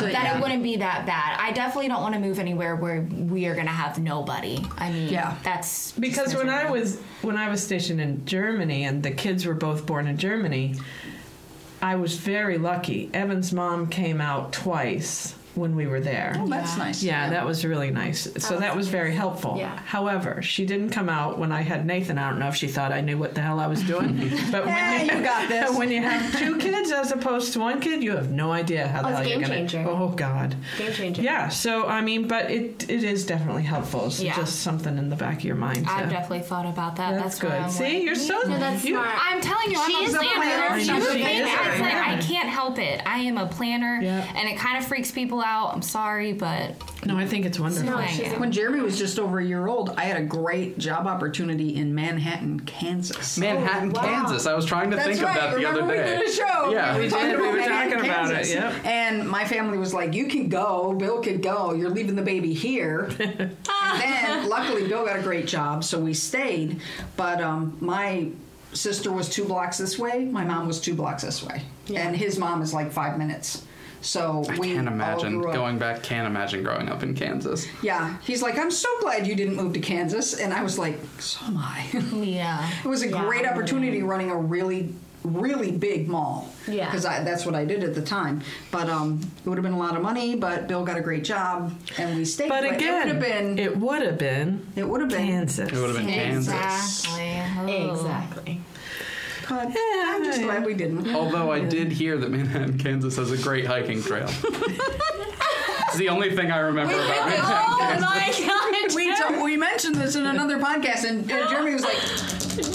that Yeah. it wouldn't be that bad. I definitely don't want to move anywhere where we are going to have nobody. I mean, Yeah. that's just because when I miserable. was when I was stationed in Germany and the kids were both born in Germany, I was very lucky. Evan's mom came out twice when we were there. Oh, that's Yeah. nice. Yeah, that was really nice. So that was very helpful. Yeah. However, she didn't come out when I had Nathan. I don't know if she thought I knew what the hell I was doing. But Yeah, when you (laughs) got this. when you have two kids as opposed to one kid, you have no idea how Oh, the it's hell a you're game gonna. changer. Oh God. Game changer. Yeah. So I mean, but it it is definitely helpful. It's Yeah. just something in the back of your mind. I've to- definitely thought about that. That's, That's, why good. I'm See, like, you're so No, that's you- smart. I'm telling you, She I'm is a a planner. planner. She's I'm a a planner. planner. Yeah. I can't help it. I am a planner, Yeah. and it kind of freaks people out. I'm sorry, but No, I think it's wonderful. No, she's yeah. When Jeremy was just over a year old, I had a great job opportunity in Manhattan, Kansas. Oh, Manhattan, wow. Kansas. I was trying to That's think right. of that the Remember other we day. did a show. Yeah. we We were talking did. We about were Manhattan, talking about it, Kansas. yep. And my family was like, "You can go. Bill could go. You're leaving the baby here." and then, luckily, Bill got a great job, so we stayed. But um, my sister was two blocks this way. My mom was two blocks this way, and his mom is like five minutes. So I we can't all imagine grew up- going back. Can't imagine growing up in Kansas. Yeah, he's like, "I'm so glad you didn't move to Kansas," and I was like, "So am I." (laughs) yeah. It was a great opportunity running a really, really big mall. Yeah. Because that's what I did at the time. But um, it would have been a lot of money, but Bill got a great job and we stayed. But it would have again, been, it, it would have been would have been. Kansas. It would have been Kansas. Exactly. Oh. Exactly. But I'm just glad we didn't. Although I did hear that Manhattan, Kansas has a great hiking trail. it's the only thing I remember about it. Oh my god. (laughs) We, t- we mentioned this in another podcast, and, and Jeremy was like,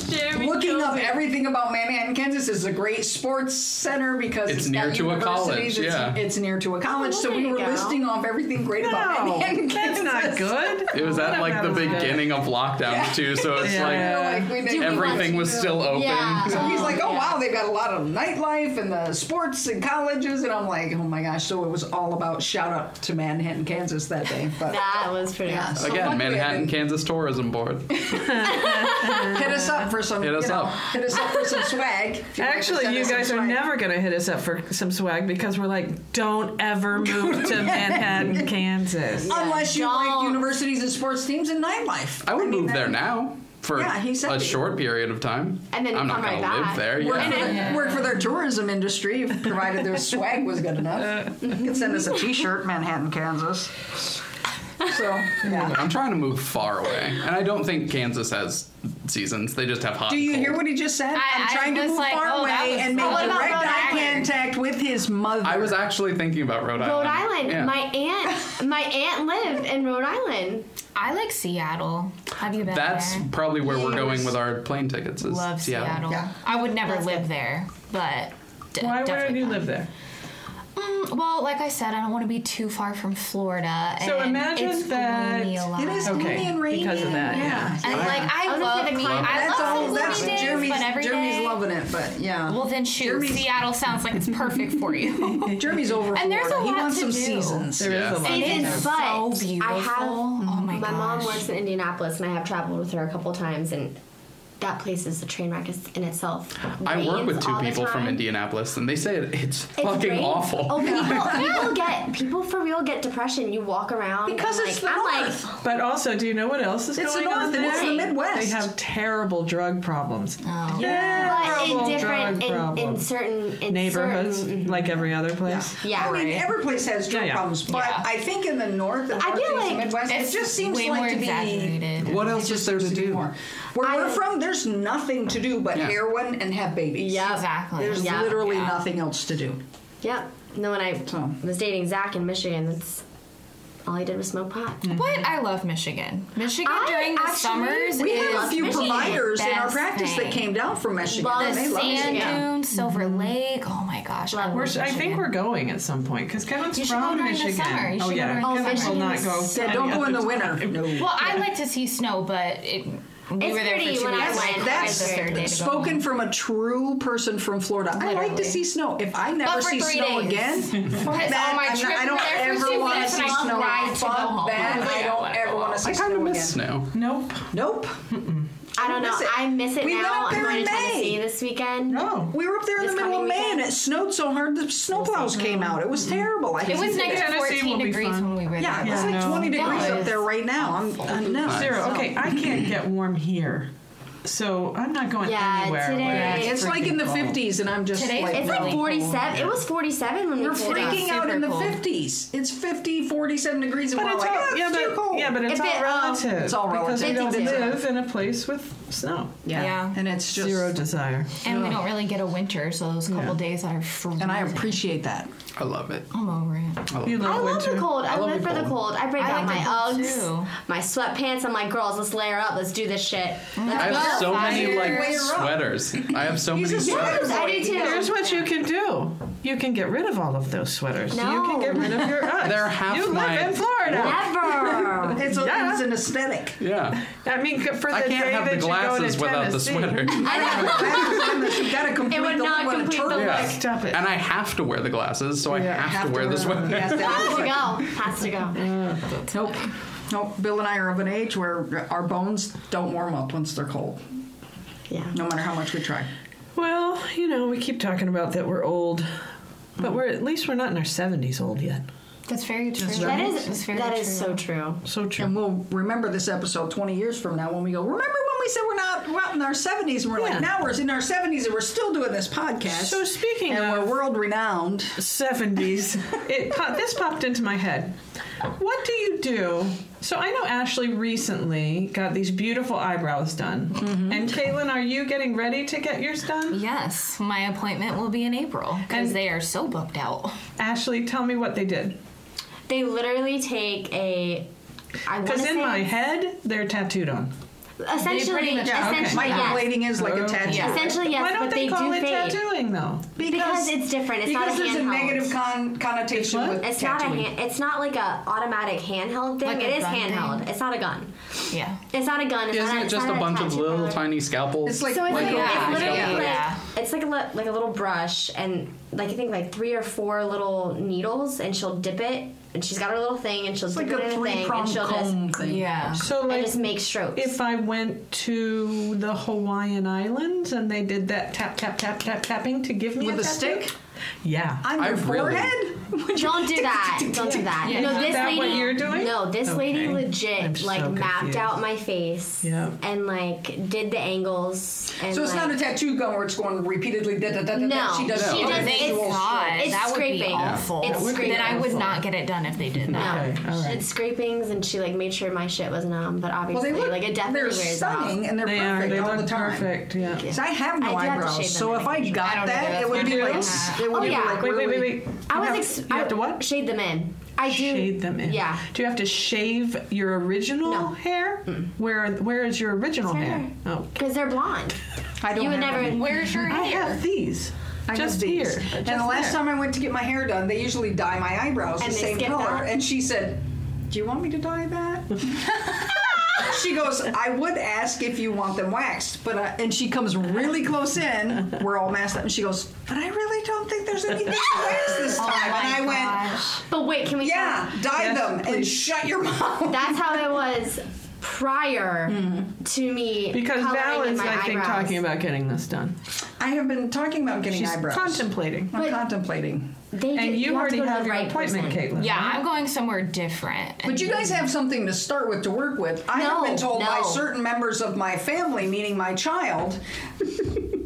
Jeremy looking knows up it. everything about Manhattan, Kansas is a great sports center because It's got near to a universities, college, It's, yeah. it's near to a college, so there we you were go. listing off everything great about No, Manhattan, that's not Kansas. good. It was at like That the was good. beginning of lockdowns too, so it's Yeah. You like know, like, we didn't- everything was still open. Yeah. So he's like, oh yeah. wow, they've got a lot of nightlife and the sports and colleges, and I'm like, oh my gosh. So it was all about shout out to Manhattan, Kansas that day. But That was pretty yeah, (laughs) awesome. so Again, luckily I Manhattan, didn't- Kansas Tourism Board. hit us up for some. Hit us you know, up. Hit us up (laughs) for some swag. if you'd like to Actually, send you us guys some are swag. never going to hit us up for some swag because we're like, don't ever move to Manhattan, Kansas. Unless you like Don't. universities and sports teams and nightlife. I would mean, move there that- now for Yeah, he said a that- short period of time. And then I'm not come gonna right live back. there. Work, Yeah. (laughs) for the- work for their tourism industry, if provided their swag was good enough. You could send us a T-shirt, Manhattan, Kansas. So yeah, I'm trying to move far away, and I don't think Kansas has seasons. They just have hot. Do and you cold. hear what he just said? I- am I trying to was move like, far oh, that away was- and make Well, what direct about Rhode eye Island? contact with his mother. I was actually thinking about Rhode Island. Rhode Island. Yeah. My aunt, my aunt lived in Rhode Island. I like Seattle. Have you been That's there? probably where we're going with our plane tickets. Is Love Seattle. Yeah. I would never That's live there, but d- Why would definitely you fun. live there? Mm, well, like I said, I don't want to be too far from Florida. So and imagine it's that- gloomy a lot. It is Okay, gloomy and rainy. because of that, yeah. And like I, I was love gonna say me. the climate. I That's love all. some That's gloomy days, Jeremy's. but every Jeremy's day- loving it, but yeah. Well, then shoot, Jeremy's- Seattle sounds like it's perfect (laughs) for you. Jeremy's over. And there's a Florida. He lot wants to some do. seasons. There is Yeah. a lot. It to is, do. but so beautiful. I have um, Oh my my mom gosh. works in Indianapolis, and I have traveled with her a couple times, and that place is a train wreck in itself. I work Rains with two all the people from time. Indianapolis, and they say it, it's, It fucking rains. awful. Oh, (laughs) people, people get people for real get depression. You walk around Because and, it's like, the I'm North. like, But also, do you know what else is It's the going on north and it's the there? Midwest. They have terrible drug problems. Oh. but in Terrible different drug in, in problems. certain in neighborhoods, certain- mm-hmm. like every other place. yeah, I mean, every place has drug Yeah, yeah. problems, but Yeah. I think in the north and I northeast, feel and like Midwest, it just seems way like more to be exaggerated. What else is there to do? More. Where I- we're from, there's nothing to do but Yeah. heroin and have babies. Yeah. Exactly. There's Yeah. literally Yeah. nothing else to do. Yep. And then when I So. was dating Zach in Michigan, that's all he did was smoke pot. But I love Michigan. Michigan I during the actually- summers We is had a few the providers in our best practice thing. that came down from Michigan. Love and The they love sand Michigan. dunes, Silver Lake. Oh my gosh, I Love love We're, Mm-hmm. I think Michigan. we're going at some point because Kevin's You should go from during the Michigan. summer. You oh should go yeah, during the Kevin will summer. not go. Yeah, don't any go in the other winter. time. No. Well, I like to see snow, but it, we It's were there for pretty two when I weeks. went. It That's was the third day to go Spoken from a true person from Florida. I like to Literally. see snow. If I never for see three snow days. again, fuck Because that. on my I'm trip not, I don't there for ever two want to weeks, see I love snow. rides to go Fuck home. that. I Yeah, don't whatever. ever want to see I snow kind of again. miss snow. Nope. Nope. I don't know. miss it. I miss it We went now. up I'm there going in to May. Tennessee this weekend. No. We were up there in This the middle of coming May and it weekend? snowed so hard the snowplows came out. It was terrible. I It was hated negative Tennessee will 14 be degrees fun. when we were Yeah, there. it's Yeah. like 20 No. degrees Yeah, up there right now. I'm, I'm no. Zero. Okay, I can't get warm here, so I'm not going Yeah, anywhere. today- where Yeah, It's like in the 50s, and I'm just Today's like, It's no. like Really 47. It was 47 when we We're pulled up. freaking out super in the cold. 50s. It's 50, 47 degrees, and But we're it's like, all, "Ah, yeah, it's too but, cold. yeah, but it's If all it, um, relative. It's all Because we don't relative. live in a place with snow. Yeah. Yeah. And it's just Zero desire. And we don't really get a winter, so those Yeah. couple days are freezing. And I appreciate that. I love it. I'm over it. I love You it. love I love winter. the cold. I, love live the for the cold. cold. I break I out like my the cold, Uggs, too. my sweatpants. I'm like, girls, let's layer up. Let's do this shit. Let's I have Go so many fire. like Way up. sweaters. I have so many a (laughs) sweaters. I do too. Here's what you can do. You can get rid of all of those sweaters. You can No. get rid of (laughs) your Uggs. They're half You my- live in Florida. Never. It's, a, Yeah. it's an aesthetic. Yeah. I mean, for the I day can't have that the glasses you go to without the Tennessee. sweater. You've got to complete would the not look with a complete the turtlet. look. Yeah. Stop it. And I have to wear the glasses, so I Yeah, have, Have to wear the sweater. Yes, that Has (laughs) is to it. go. Has to go. Nope. Nope. Bill and I are of an age where our bones don't warm up once they're cold, Yeah. no matter how much we try. Well, you know, we keep talking about that we're old, but we're at least we're not in our seventies old yet. That's very true. That is That's very that true. is so true. So true. And we'll remember this episode 20 years from now when we go, remember when we said we're not we're out in our 70s and we're Yeah. like, now we're in our 70s and we're still doing this podcast. So speaking and of- we're world renowned. (laughs) 70s. It po- this popped into my head. What do you do? So I know Ashley recently got these beautiful eyebrows done. Mm-hmm. And Caitlin, are you getting ready to get yours done? Yes, my appointment will be in April because And- they are so booked out. Ashley, tell me what they did. They literally take a. I want to Because in say my head, they're tattooed on. essentially, pretty much- Yeah, okay. essentially, yes. Microblading is like a Okay. tattoo. Yeah. Essentially, yes, Why don't but they, they, call do it fade. tattooing though? Because it's different. It's not because a there's a handheld. negative con- connotation What? with It's not a tattooing. hand, It's not like a automatic handheld thing. Like a it is gun thing? handheld. It's not a gun. Yeah. It's not a gun. It's (laughs) Isn't not it it's just a not bunch of tattoo little gun. tiny scalpels? It's like- So it's Like like, a brush. it's literally Yeah. like Yeah. it's like a li- like a little brush and like I think like three or four little needles and she'll dip it and she's got her little thing and she'll It's dip like a it in a three thing and pronged she'll just comb thing. Yeah. So and like just make strokes. if I went to the Hawaiian Islands and they did that tap tap tap tap tapping to give me With a tattoo? stick? Yeah. On I your really- forehead? (laughs) Don't do that. Don't do that. Yeah. No, this Is that lady. what you're doing? No, this lady Okay. legit I'm so like mapped confused. out my face Yeah. and like did the angles. And, So it's like, not a tattoo gun where it's going repeatedly. Da, da, da, da, da. No. she does. She it. does- It's it's- visual. God, it's that would be scraping. awful. It's Then I would scraping. not get it done if they did No, that. Okay, all she right. did scrapings and she like made sure my shit wasn't on, but Well, obviously they look like it They're definitely wears stunning and they're They are. perfect They all look the time. perfect. Yeah. Out. 'Cause I have no I do have to eyegrows, shave them, so I if think. I got I don't that, either. it would That's be what like I it would Oh, be yeah. like Wait, wait, really- wait, wait. I You was have- ex- you have to I- what? Shade them in. I do Shade them in. Yeah. Do you have to shave your original No. hair? Where Where is your original right hair? there. Oh, Because they're blonde. I don't you would have never. any. Where's your I have these. I just have these. here. And Just the last there. time I went to get my hair done, they usually dye my eyebrows And the they same skip color. that? And she said, "Do you want me to dye that?" (laughs) she goes, "I would ask if you want them waxed, but uh, and she comes really close in. We're all masked up, and she goes, "But I really don't think there's anything to (laughs) wax this time." and I went, But wait, can we? "Yeah, dye Oh Yes, them and please. shut your (laughs) mouth." That's how it was prior to me. Mm-hmm. Because coloring Val in is, my I think, eyebrows. talking about getting this done. I have been talking about getting She's eyebrows. contemplating. I'm But- contemplating. They do- And you, have already to go to the have your right appointment, person. Caitlin. Yeah, I'm going somewhere different. But you guys have something to start with to work with. I have No, been told by no. certain members of my family, meaning my child,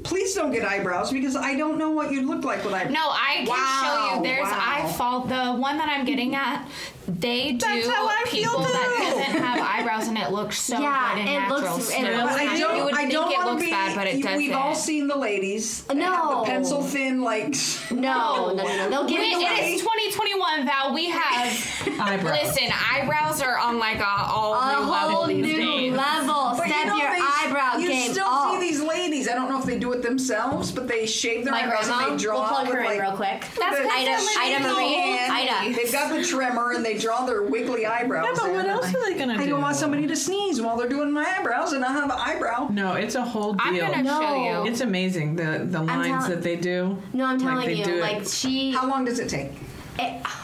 please don't get eyebrows because I don't know what you look like with eyebrows. No, I can show Wow, you. There's wow. I fault the one that I'm getting at. They do That's how I feel, people that too. doesn't have eyebrows and it looks so Yeah, good and it natural. looks- it still. looks But I You don't. would I think don't it want looks to be. bad, but it you- We've doesn't. all seen the ladies. that have No. the pencil thin like. (laughs) No, no, no, no. They'll We, give it it away. is 2021, Val. (laughs) We have Eyebrows. listen. Eyebrows are on like a all A new level whole these new days. level. But Step you know, your they- eyebrow you game still up. see these ladies. I don't know if they do it themselves, but they shave their My eyebrows grandma. and they We'll draw plug with her like in real quick. That's the- Ida- Ida Ida Marie. Oh, Ida. They've got the trimmer and they draw their wiggly eyebrows. Yeah, but what in. else are they gonna I do? don't want somebody to sneeze while they're doing my eyebrows, and I have an eyebrow. No, it's a whole deal. I'm gonna No. show you. It's amazing the the lines tell- that they do. No, I'm telling like they you, do like it. she. How long does it take? it, oh,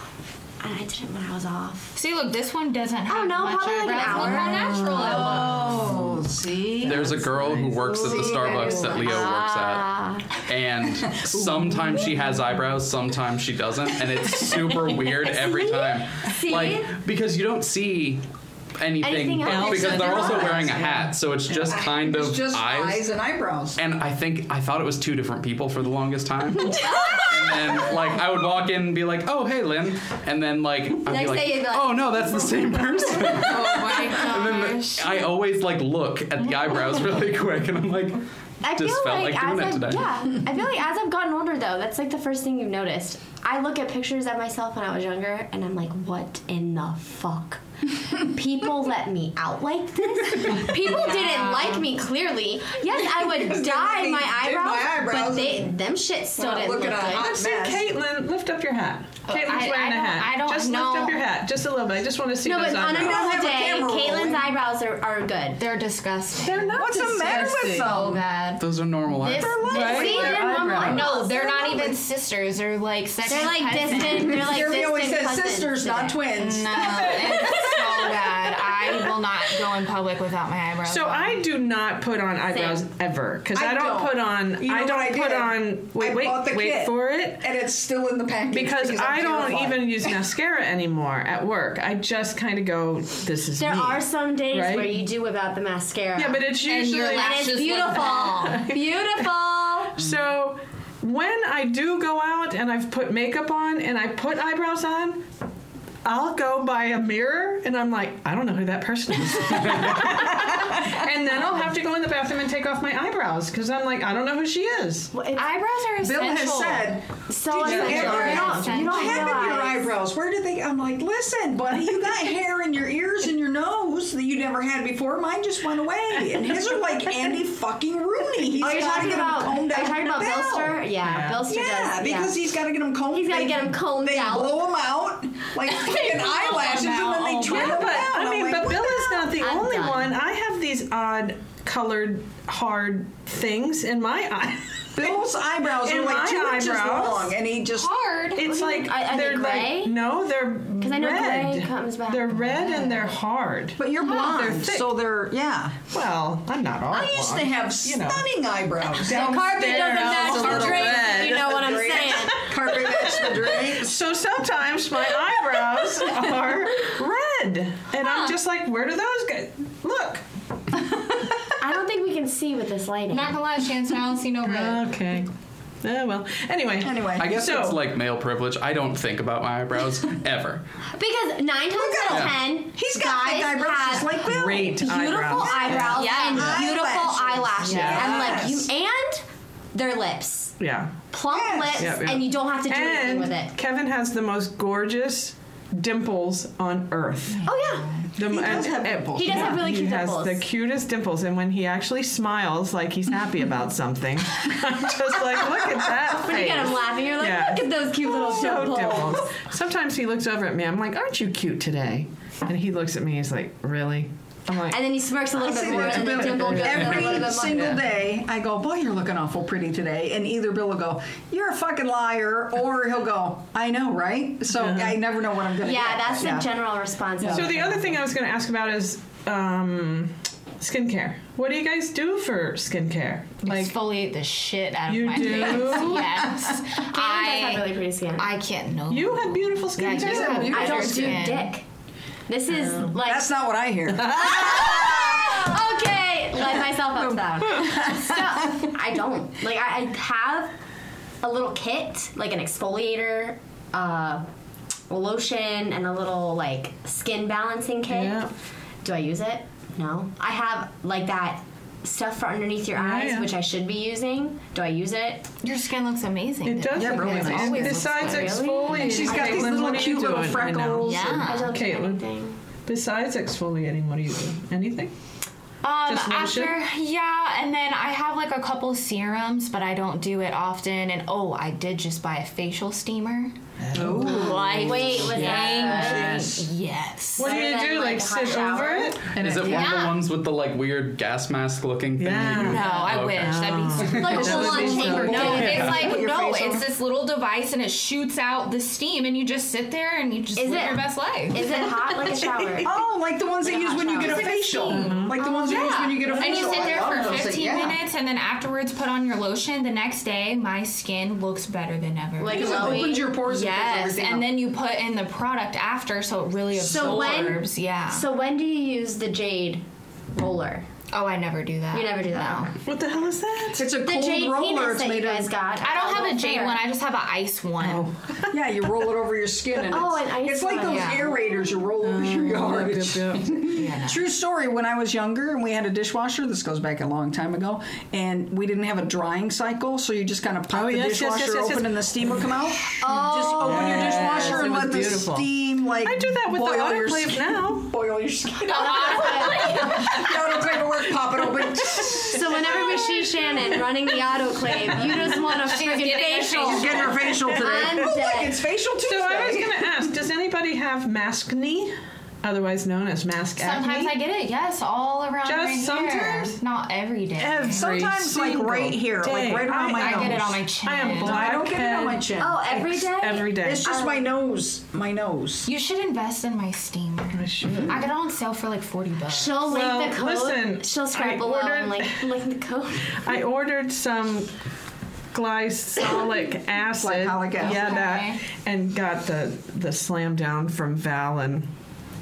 I did it when I was off. See, look, this one doesn't have Oh, no, much probably like an eyebrows. Look how hour. natural it looks. Oh, see. There's a girl who works at the Starbucks that Leo works Ah. at, and sometimes she has eyebrows, sometimes she doesn't, and it's super weird every time. See? Like because you don't see anything, Anything else. because Their they're also eyes, wearing a yeah. hat, so it's just kind It's of just eyes. and eyebrows. and I think I thought it was two different people for the longest (laughs) time. and then like I would walk in and be like, "Oh, hey, Lynn," and then like I'd be Next like, day you'd be like- "Oh no, that's the (laughs) same person." Oh my gosh. I always like look at the eyebrows really (laughs) quick, and I'm like, I feel just felt like, like, as doing I've, it today. yeah, I feel like as I've gotten older though, that's like the first thing you've noticed. I look at pictures of myself when I was younger, and I'm like, what in the fuck? People let me out like this. People didn't like me clearly. Yes, I would they dye did my my eyebrows, eyebrows but they them shit still Well, didn't look look, at good. our eyes. Let's see, Mess. Caitlin, lift up your hat. Caitlin's I- wearing I a don't- hat. I don't just lift know. up your hat, just a little bit. I just want to see No, those but on a eyebrows. have a normal day, camera rolling. Caitlin's eyebrows are, are good. They're disgusting. They're not What's the matter with disgusting. them? so bad. Those are normal This, (laughs) eyebrows. this- Right? See, they're Their normal. eyebrows. no, they're not even sisters. They're like second They're like cousins. distant. They're like Jeremy distant always says cousins sisters, not today. twins. No, it's (laughs) so bad. I will not go in public without my eyebrows. So on. I do not put on eyebrows ever because I I, don't, don't. put on. You know I don't what I put did? on. I Wait, bought the wait, wait kit. for it. And it's still in the package Because, I'm I don't terrified. even use mascara anymore at work. I just kind of go, "This is There me." are some days right? where you do without the mascara. Yeah, but it's And your usually lash- And it's Just (laughs) like beautiful. beautiful. so. When I do go out and I've put makeup on and I put eyebrows on, I'll go by a mirror and I'm like, I don't know who that person is. (laughs) and then I'll have to go in the bathroom and take off my eyebrows because I'm like, I don't know who she is. Well, it's eyebrows are Bill essential. has said, so Did you essential. ever- You don't, you What don't happened to your realize. eyebrows? Where did they? I'm like, listen, buddy, you got hair in your ears and your nose that you never had before. Mine just went away, and his are like Andy fucking Rooney. He's Oh, you're gotta talking get 'em about? Are you combed out talking and about about. Bilster? Yeah, Bilster Yeah, does. because yeah. he's got to get them combed. He's gotta they- get 'em combed they out. blow them out (laughs) like fucking eyelashes, and then Oh, they out. trim Yeah, them but out. I I'm mean, like, but what Bill the is not the I'm only done. one. I have these odd colored hard things in my (laughs) eye. Bill's eyebrows are And like my two inches eyebrows- long, and he just hard. It's like Are- are they they're gray? like no, they're red. I know gray comes back. They're red and they're hard. But you're blonde, they're thick. so they're yeah. Well, I'm not all. I used to have you know. stunning eyebrows. Carpet Downstairs, doesn't match a your little drapes, if red. you know what I'm Great. saying. Carpet Very much the drink. So sometimes my eyebrows (laughs) are red, and I'm just like, where do those go? Look. I don't think we can see with this lighting. Not gonna lie, Chance, I don't see no red. Okay. Oh well. Anyway. Anyway. I guess So- it's like male privilege. I don't think about my eyebrows ever. Because nine times out of him. ten, He's got guys big eyebrows just have like Bill. Great beautiful eyebrows. eyebrows Yeah. and Yeah. beautiful Eyelashes. eyelashes, Yes. and like you and their lips, Yeah. plump Yes. lips, Yeah, yeah. and you don't have to do anything with And it. Kevin has the most gorgeous dimples on earth. Oh yeah, The, uh, He does have dimples. he does have really he cute has dimples. the cutest dimples, and when he actually smiles like he's happy about something, (laughs) I'm just like, look at that when face. you get him laughing, you're like, Yeah. look at those cute little (laughs) so dimples. dimples. Sometimes he looks over at me. I'm like, "Aren't you cute today?" And he looks at me. He's like, "Really?" I'm like, And then he smirks a little I bit say more, that to and the Bill dimple goes in a little bit Every more. single day, I go, "Boy, you're looking awful pretty today," and either Bill will go, "You're a fucking liar," or he'll go, "I know, right?" So I never know what I'm gonna. Yeah, get. that's the general response. So the other thing I was going to ask about is um, skincare. What do you guys do for skincare? Like, Exfoliate the shit out of You my do? face. Yes. I does have really I pretty skin. I can't know. you have beautiful Yeah, skin you too. have I better don't do skin. dick. This is Oh. like That's not what I hear. okay, let myself up down. So, I don't like. I, I have a little kit, like an exfoliator, uh, a lotion, and a little like skin balancing kit. Yeah. Do I use it? No. I have like that stuff for underneath your eyes, yeah. which I should be using. Do I use it? Your skin looks amazing. It does. Yeah, look really nice. nice. And Always looks besides good. exfoliating, She's got Okay, these Lynn, little what are you cute little doing right now? freckles. I Yeah. don't do Caitlin. anything. Besides exfoliating, what do you do? Anything? Um, Just lotion? after, yeah, and then I have like a couple serums, but I don't do it often. And oh, I did just buy a facial steamer. Oh. Life Wait, was that changing. Yes. What do you then, do? like, Like, a hot sit shower? over it? Is it one of the Yeah. ones with the like weird gas mask looking thing? Yeah. that you- No, I Okay. wish. That'd be like a full on chamber? No, No. it's Put like your no, face on. it's this little device and it shoots out the steam and you just sit there and you just Is live it- your best life. Is it hot like a shower? (laughs) Oh, like the ones they Like a use hot when you shower. get a It's like facial. steam. Like the ones they use when you get a facial. And you sit I there love for those things. 15 Yeah. minutes and then afterwards put on your lotion. The next day, my skin looks better than ever. Like Because it Glowy. opens your pores. and fills yes, everything and up. then you put in the product after so it really absorbs. So when- yeah. So when do you use the jade roller? oh, I never do that. You never do that. What the hell is that? it's a The jade cold roller. penis It's that you made guys of. got. I don't have a jade fair. one. I just have an ice one. Yeah, you roll it over your skin, and (laughs) Oh, it's, an ice it's like one, those yeah. aerators you roll over your Oh, yard. It's- True story. When I was younger and we had a dishwasher, this goes back a long time ago, and we didn't have a drying cycle, so you just kind of pop Oh, the yes, yes, dishwasher yes, yes, open yes. and the steam will come out. Oh, just open (laughs) Yes, your dishwasher it and was let beautiful. the steam like I do that with the boil your autoclave skin. now. (laughs) Boil your skin. (laughs) Oh, The autoclave will work. Pop it open. (laughs) so whenever we see Shannon running the autoclave, you just want a freaking getting a facial. facial. Get her facial today. I'm oh, look, dead. it's facial Tuesday. So I was going to ask, does anybody have maskne, otherwise known as mask Sometimes acne? I get it. Yes, all around. Just right here. sometimes? Not every day. Every Sometimes, like, single right here, like, day. right around my I get it nose. on my chin. I am I black. don't get it on my head chin. Oh, every day. Every day. it's just my nose. My nose. You should invest in my steamer. I should. I got it on sale for like forty bucks. She'll link Well, the code. listen, She'll scrap I below and ordered- (laughs) like link the code. I ordered some (coughs) glycolic acid. Glycolic acid. Yeah, Okay. that. And got the, the slam down from Val and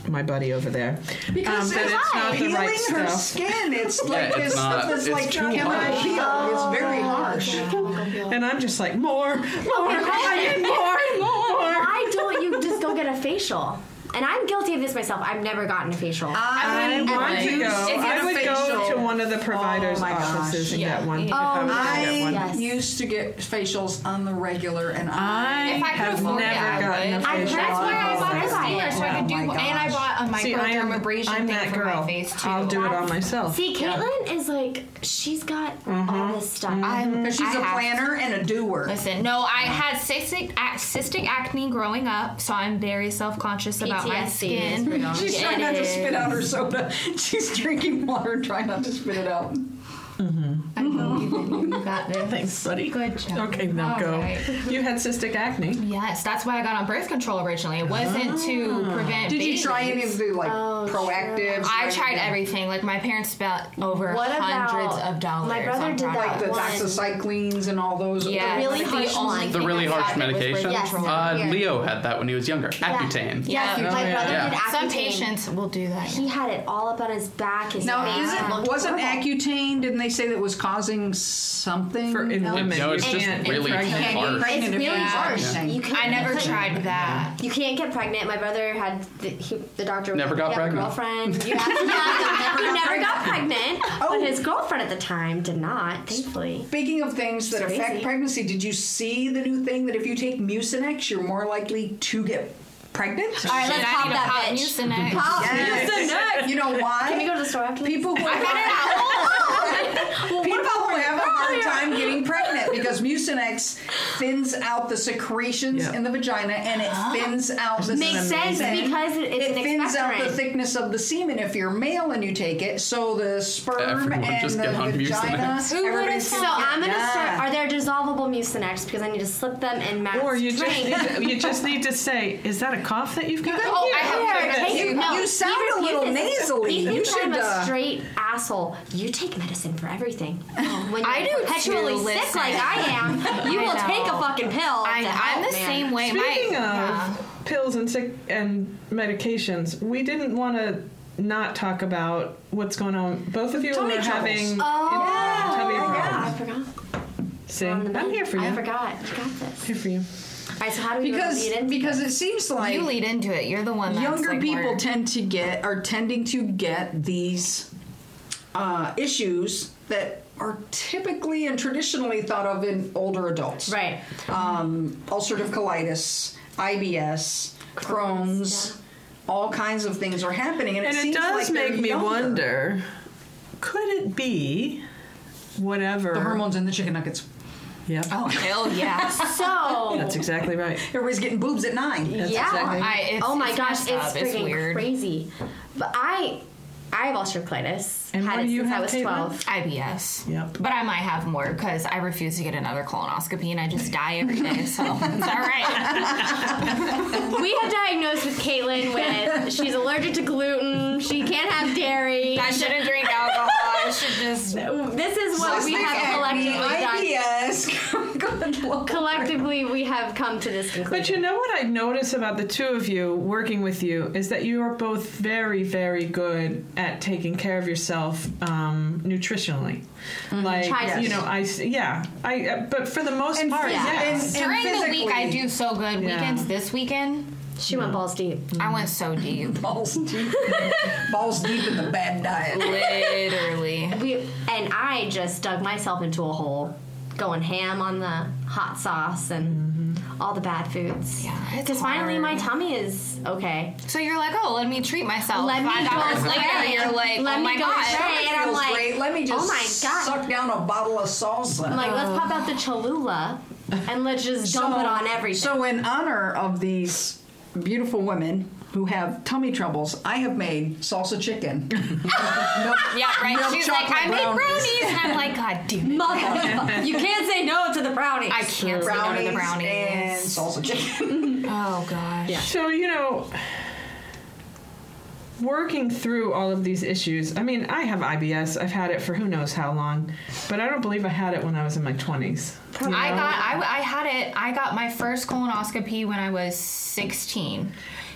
my buddy over there. Because Um, but it's not the healing right her stuff. skin. It's like it's this not- stuff is it's like too chemical harsh. peel. It's very harsh. And I'm just like, more, more, I need (laughs) more, more. Why don't you just go get a facial? And I'm guilty of this myself. I've never gotten a facial. Oh. I want to you go. should get I a would go facial. to one of the providers' Oh my gosh. offices and get one. if I was gonna get I one. Yes. used to get facials on the regular, and I I. If I could have afford it, never I gotten a would. I've facial. heard- That's why I bought the Oh, steamer, so I could do. my And I bought a See, I am, microdermabrasion I'm thing that for girl. my face too. I'll do it on myself. See, Caitlin is like she's got Mm-hmm. all this stuff. I'm, Because she's a a planner and a doer. Listen, no, I had cystic, ac- cystic acne growing up, so I'm very self conscious about my PTSD is skin. (laughs) real. She's It trying not to is. (laughs) spit out her soda. She's drinking water, and trying not to spit it out. I believe in you. You got this. Thanks, buddy. Good job. Okay, now All go. right. (laughs) You had cystic acne. (laughs) Yes, that's why I got on birth control originally. It wasn't to prevent. Did you Oh, try any babies. of the like proactive? I tried everything. Like my parents spent over What about- hundreds of dollars. my brother on did that products. the one. doxycyclines and all those. Yeah, The really that's harsh the only one. The thing really I harsh got that was birth medication? Yes. control. Uh, Weird. Leo had that when he was younger. Accutane. Yeah, Yeah. my Oh, brother yeah. did Yeah. Accutane. Some patients will do that. He had it all up on his back. His Now, face. It isn't looked wasn't horrible. Accutane? Didn't they say that was causing something? For in else? women. No, it's just And- and really pregnant. Can't harsh. get pregnant It's if really you use harsh. Accutane. You couldn't- (laughs) I never you couldn't- tried that. You can't get pregnant. My brother had the, he, the doctor was Never like, got "You have a pregnant." (laughs) Girlfriend, you have, yeah, he (laughs) never got pregnant. Oh. But his girlfriend at the time did not, thankfully. Speaking of things that It's affect crazy. pregnancy, did you see the new thing that if you take Mucinex, you're more likely to get pregnant? All right, let's I pop need a that pop bitch. Mucinex. Pop. You know why? Can we go to Oh, the store after this? People who (laughs) people who have a hard time getting pregnant because Mucinex thins out the secretions Yeah. in the vagina and it thins out the Makes sense semen. because it- it's it an thins out the expectorant. thickness of the semen if you're male and you take it. So the sperm Everyone and just the get on vagina. Mucinex. Who would've everybody's- thought? So I'm gonna Yeah. start. Are there dissolvable Mucinex? Because I need to slip them in Matt's Or you just drink. need to, you just need to say, is that a cough that you've got? Oh, I have Here, heard that take- too. You- you sound he a refuses. little nasally. He thinks You should, I'm a uh, straight asshole. You take medicine for everything. When you're I do perpetually too, sick listen. like I am, you I will know. take a fucking pill. I, to I'm help, the man. same way. Speaking of my, yeah. pills and sick and medications, we didn't want to not talk about what's going on. Both of you Tummy were troubles. having Oh, yeah, tummy Yeah, problems. I forgot. See, On the I'm menu. here for you. I forgot. You got this. Here for you. All right, so how do we because lead in? because it seems like you lead into it. You're the one. That's younger like, people more- tend to get are tending to get these uh, issues that are typically and traditionally thought of in older adults Right. um, ulcerative colitis ibs crohn's all kinds of things are happening and, And it, it seems does like they're make me younger. wonder could it be whatever. the hormones in the chicken nuggets Yep. (laughs) Oh hell yes. So (laughs) That's exactly right. everybody's getting boobs at nine That's yeah. exactly- (laughs) I, it's, oh my it's gosh, messed it's up. freaking it's weird. crazy. But I, I have ulcerative colitis. And had what it do you since I have, was Caitlin? twelve. IBS. Yep. But I might have more because I refuse to get another colonoscopy and I just die every (laughs) day. So it's all right. We have diagnosed with Caitlin with she's allergic to gluten. She can't have dairy. I shouldn't drink alcohol. I should just. This is what we have collectively done. (laughs) IBS. Good lord. Collectively, we have come to this conclusion. But you know what I notice about the two of you working with you is that you are both very, very good at taking care of yourself um, nutritionally. Like Try you to. know, I s- yeah, I. Uh, but for the most part, yeah. yes. And- and During the week, I physically- do so good. Yeah. Weekends, this weekend, she went balls deep. I went so deep. balls deep, balls deep in the bad diet. Literally. We and I just dug myself into a hole, going ham on the hot sauce and all the bad foods. Yeah, it's because finally my hard. tummy is okay. So you're like, oh, let me treat myself. Let me Five go hours later, away. you're like, Let oh me my go god. away. Hey, and I'm Feels like, great. let me oh just my God. suck down a bottle of salsa. I'm like, let's pop out the Cholula and let's just dump it on everything. So, in honor of these beautiful women who have tummy troubles, I have made salsa chicken. (laughs) Milk- Yeah, right. milk She's like, chocolate I made brownies. brownies, and I'm like, god damn. it. Mother, you can't say no to the brownies. I can't say no to the brownies. and salsa chicken. (laughs) Oh gosh. So you know, working through all of these issues. I mean, I have IBS. I've had it for who knows how long, but I don't believe I had it when I was in my twenties. I got I, w- I had it I got my first colonoscopy when I was 16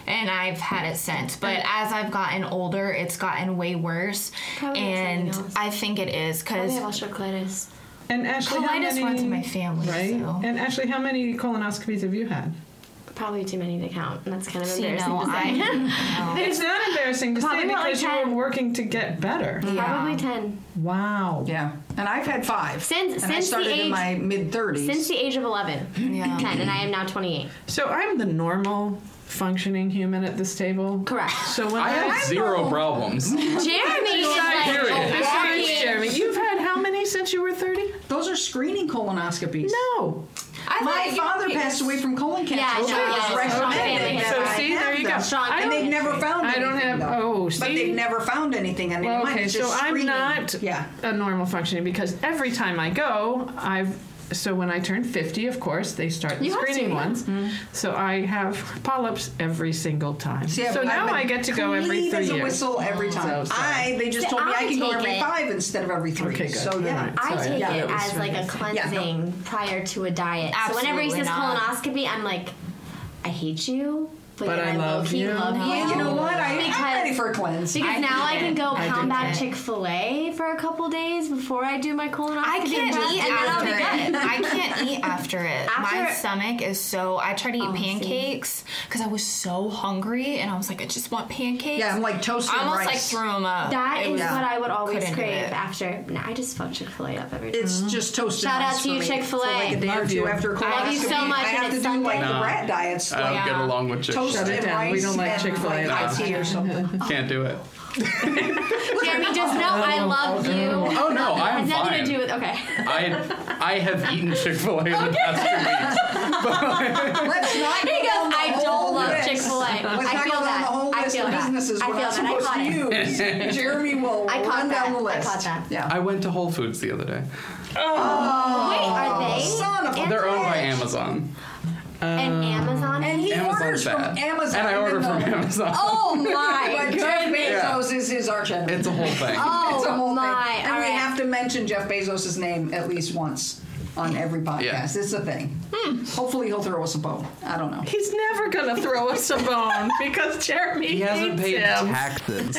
and I've had it since but as I've gotten older it's gotten way worse Probably it's and something else. I think it is I because have ulcerative colitis. And Ashley, how Colitis many, runs in my family, right? so- And Ashley, how many colonoscopies have you had? Probably too many to count, and that's kind of you embarrassing know to say. I It's not embarrassing to say Probably not because like you were ten. working to get better. Yeah. (laughs) Probably ten. Wow. Yeah, and I've had five Since- and I since the started in age- my mid thirties. Since the age of eleven, Yeah. (laughs) ten, and I am now twenty-eight. So I'm the normal functioning human at this table. Correct. So when I have zero problems. (laughs) Jeremy is like oh, Period. a Besides Besides walking- Jeremy, you've had how many since you were 30? Those are screening colonoscopies. No. feel My like you father can- passed away from colon cancer. Yeah, I know, so it was yeah, it's recommended strong that So I see, have there you go. them. Strong And they've never found I anything. don't have- though. oh, But see? they've never found anything on anyone. okay, It's so just I'm screening. not Yeah. a normal functioning because every time I go, I've so when I turn 50, of course, they start the You have to, screening yeah. ones. So I have polyps every single time. See, I've- so now I've been I get to go every clean three as a years. whistle every time. So sorry. I they just See, told me I I can go take every it- five instead of every three. Okay, good. So yeah. Alright. I Sorry, take yeah, it that was as like a Yeah, no. cleansing prior to a diet. so whenever he Absolutely says not. colonoscopy, I'm like, I hate you, but, But then I I love low-key you. love No. you. You know what? I, Because- I'm ready for a cleanse. Because I now I did can it. go I pound did back it. Chick Fil A for a couple days before I do my colonoscopy. I can't test, eat and then I'll after be it. good. I can't eat after it. My After- stomach is so. I try to eat see. pancakes because I was so hungry and I was like, I just want pancakes. Yeah, I'm like toast I and almost like rice. threw them up. That It is was- what I would always couldn't do crave it. after. No, I just fuck Chick Fil A up every day. It's just toasted. Shout out rice to you, for me Chick-fil-A. for like a day or Love two you. after colonoscopy. love you so much, I and have to it's do like Sunday. the Nah. rat diet stuff. I don't Yeah. get along with chick toast Shut it and down. We rice don't like and Chick-fil-A like at hot all. tea or something. Can't do it. Jeremy, (laughs) just know I love you. Oh no, I am Has nothing to do fine. with okay. (laughs) I I have eaten Chick Fil A in the past two weeks. (laughs) Let's not go He goes, down the "I whole don't love list." Chick-fil-A. Let's I not go feel down that. the whole I list feel of that. businesses I we're not feel that. I supposed to use. (laughs) Jeremy will I caught run that. down the I list. caught that. Yeah. I went to Whole Foods the other day. Wait, are they? Oh, son of a- Oh, They're owned by Bitch. Amazon. Mm. And Amazon. And he orders Amazon's from bad. Amazon. And I order even from though- Amazon. (laughs) oh my But Jeff goodness. Bezos is his arch enemy. It's a whole thing. Oh It's a whole my! thing. And all we right. have to mention Jeff Bezos' name at least once on every podcast. Yeah. It's a thing. Hmm. Hopefully he'll throw us a bone. I don't (laughs) know. He's never gonna throw us a bone (laughs) because Jeremy He hasn't hates paid him. taxes.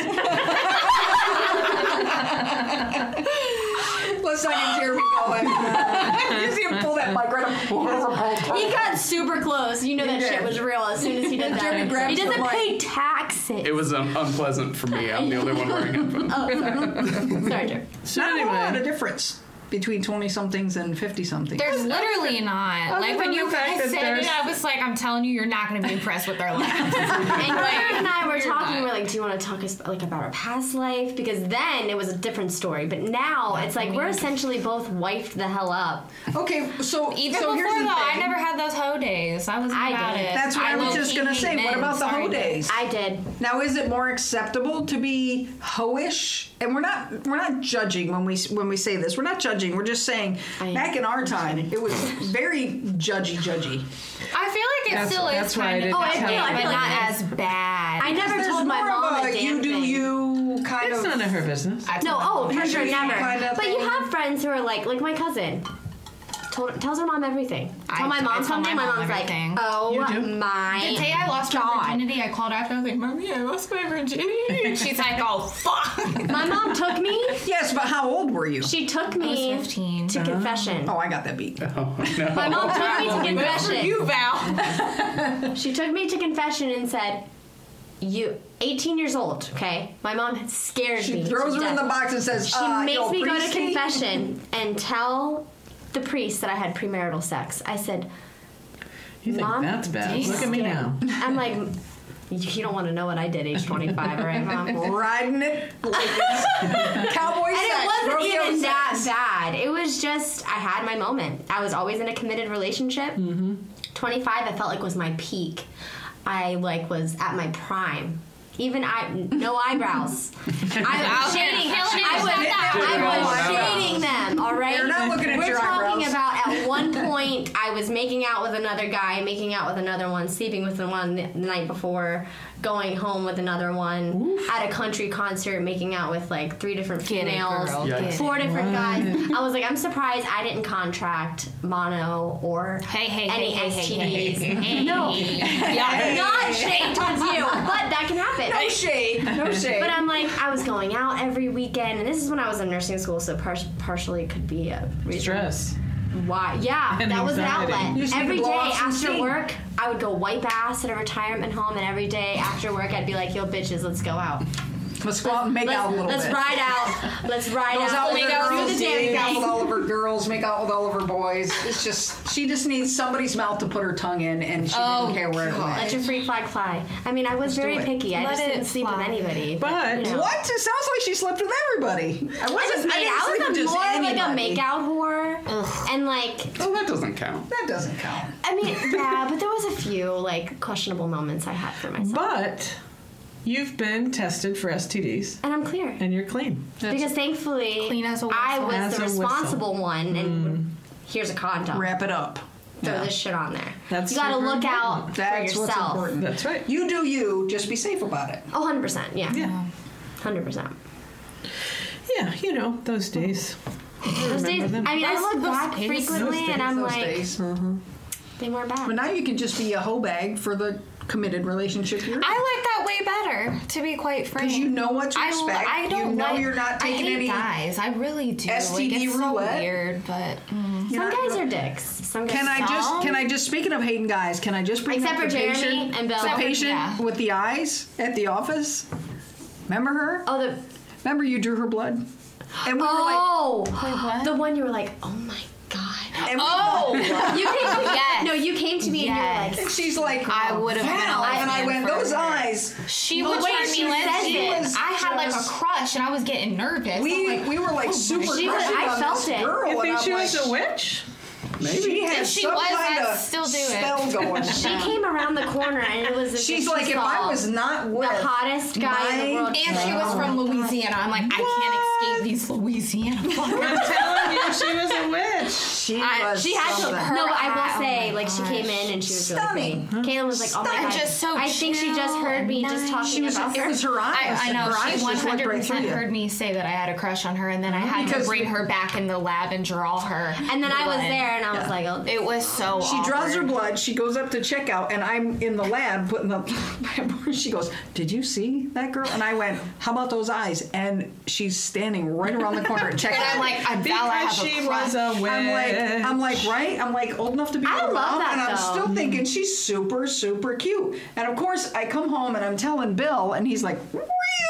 Let's not get Jeremy (laughs) going. (laughs) you see him pull that mic right up. He got super close. You know that did. shit was real as soon as he did Jeremy that. grabs (laughs) He the doesn't mic. pay taxes. It was um, unpleasant for me. I'm the only one wearing (laughs) headphones. Sorry, Jeremy. So Not a whole lot anyway, of difference between 20 somethings and 50 somethings. There's literally not. like when than you the fact guys that said there's- it, I was like, I'm telling you, you're not going to be impressed with their life. And Claire and I were You're talking. not. We're like, "Do you want to talk us like about our past life?" Because then it was a different story. But now it's like we're essentially both wifed the hell up. Okay, so (laughs) so Even before here's the though, I thing. never had those hoe days. I was I about did. it. That's what I, was low-key just gonna hate say. What men. about the Sorry, whole dude. days? I did. Now, is it more acceptable to be hoish? And we're not we're not judging when we when we say this. We're not judging. We're just saying I- back in our time, it was very judgy, judgy. I feel like it That's- still is that's why I kind of. didn't Oh, I tell feel, you. but not as bad. I never There's told my more mom of a a damn you do thing. you kind it's of. none of her business. I told No, my oh, mom. for sure, Usually never. kind of but you thing. have friends who are like, like my cousin. Told, tells her mom everything. I- Tell my I mom tell something. My, my mom mom's everything. like, "Oh You do? my." The day I lost God. my virginity, I called after. I was like, "Mommy, I lost my virginity." And (laughs) she's like, "Oh (laughs) fuck." My mom took me. Yes, but how old were you? She took I was Uh-huh. me 15. to confession. Oh, I got that beat. Oh, My mom took me to confession. You (laughs) Val. She took me to confession and said, "You, 18 years old, okay?" My mom had scared me. She to throws her in death. the box and says, She uh, makes yo, me go to priesty." confession and tell the priest that I had premarital sex. I said, You think Mom, that's bad? geez. Look at me now. I'm like, you don't want to know what I did age 25, all (laughs) right, mom? And it Riding (laughs) it, like it's cowboy sex, wasn't rodeo even sex. that bad. It was just, I had my moment. I was always in a committed relationship. 25, I felt like was my peak. I like was at my prime. Even I, no eyebrows. I was shading. I was, I was shading them. All right. They're not looking at We're your talking eyebrows. (laughs) about at one point I was making out with another guy, making out with another one, sleeping with the one the night before, going home with another one, at a country concert, making out with like three different Get it, females, girl, get it. four different guys. I was like, I'm surprised I didn't contract mono or Hey, hey, any hey, STDs. hey, hey, No, (laughs) not shade towards you, but that can happen. No shade, no shade. But um, I'm like, I was going out every weekend, and this is when I was in nursing school, so par- partially could be a reason Stress. why. Yeah, And that was an anxiety. outlet. You just need to Every blow day off some after steam. work, I would go wipe ass at a retirement home, and every day after work, I'd be like, yo, bitches, let's go out. Let's go out and make Let's, out a little let's bit. ride out. Let's ride goes out. out with Let's her do girls, the make out damn with thing. all of her girls, make out with all of her boys. It's just she just needs somebody's mouth to put her tongue in, and she Oh, didn't care where it God. went. Let your free flag fly. I mean, I was very it. picky. I Let just it didn't sleep with fly. anybody. But- you know. What? It sounds like she slept with everybody. I wasn't. I just made didn't out sleep with with him just more like a anybody. makeout whore, and like Oh, that doesn't count. That doesn't count. I mean, yeah, but there was a few like questionable moments I had for myself, But you've been tested for STDs and I'm clear and you're clean. because thankfully Clean as a whistle. I was As the a whistle. Mm. responsible one. And here's a condom. Wrap it up. Throw Yeah. this shit on there. That's you got to super look out That's for what's yourself. important. That's right. You do you. Just be safe about it. Oh, 100 percent. Yeah, Yeah. hundred percent. Yeah, you know, those days. Those days, I them. mean, I Those- look those back days. frequently, Those and days, I'm Those like, days. they weren't bad. But now you can just be a hoe bag for the committed relationship you're in. I like that way better, to be quite frank. you know what to I, l- expect. I don't You know like- you're not taking I hate any guys. I really do. like, STD it's so roulette. weird, but (laughs) mm. You're Some not- guys are dicks. Some guys Can I Some. just can I just speaking of hating guys? Can I just bring Except up for the Jeremy patient, and Bill. the Except for- patient yeah. with the eyes at the office? Remember her? Oh, the Remember you drew her blood? And we oh, what? the one you were like, oh my god. (laughs) were like, and we- oh, You came to Yes. No, you came to me and you were and like, she's like, I would have been "Wow," alive And I then went, for those her. eyes. she Well, would wait, try she me said legit. it. was I had like a just- crush, and I was getting nervous. We I'm like, we were like super "Oh, she was- crushing I on felt this it. girl. You and think I'm she like, was a witch? She had she some was, kind I'd of still do it. spell going. (laughs) she came around the corner and it was. as if She's she like, if I saw was not the with hottest guy in the my- world, and she was from Louisiana. I'm like, I can't escape these Louisiana. fuckers. I'm telling you, she was a witch. she I- was she had to- something. her No, but I eye- oh will say, my like, she came in and she was Stunning. Really pretty. Caitlin was like, "Oh my Stunning. god!" Just so I think she just chill heard me and just nice. talking She was, about it her. was her eyes. I, I know her eyes just she looked right 100 through percent you. heard me say that I had a crush on her, and then I had Because- to bring her back in the lab and draw her. and then I was blood. there and I was like, "Oh." It was so. She draws her blood. She goes up to checkout, and I'm in the lab putting up. (laughs) She goes, "Did you see that girl?" And I went, "How about those eyes?" And she's standing right around the (laughs) corner at checkout. And I'm like, I vow I Because have she a was crush. a witch. I'm like, I'm like, right? I'm like old enough to be I her love mom, that, and I'm though. Mm-hmm. still thinking she's super, super cute. And of course, I come home and I'm telling Bill, and he's like,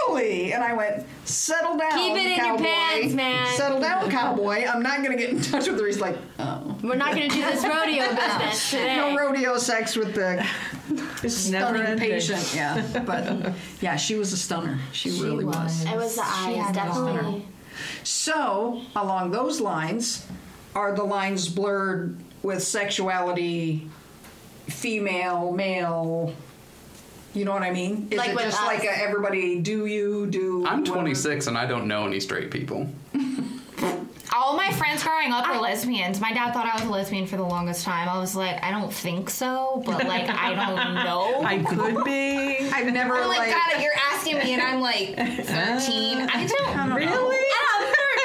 really? And I went, settle down, Keep it in your cowboy. pants, man." Settle down, cowboy. I'm not gonna get in touch with her. He's like, oh, We're not gonna do (laughs) this rodeo business today. no rodeo sex with the it's never stunning ending. patient. Yeah, but yeah, she was a stunner. She, really was. It was the She eyes, had it all. definitely. So along those lines, are the lines blurred with sexuality, female, male? You know what I mean? Is Like it with just us. like a, everybody do you do? I'm whatever? 26 and I don't know any straight people. All my friends growing up were lesbians. My dad thought I was a lesbian for the longest time. I was like, I don't think so, but like, I don't know. I could be. I've never I'm like, like. God, you're asking me, and I'm like 13. I don't. know. (laughs)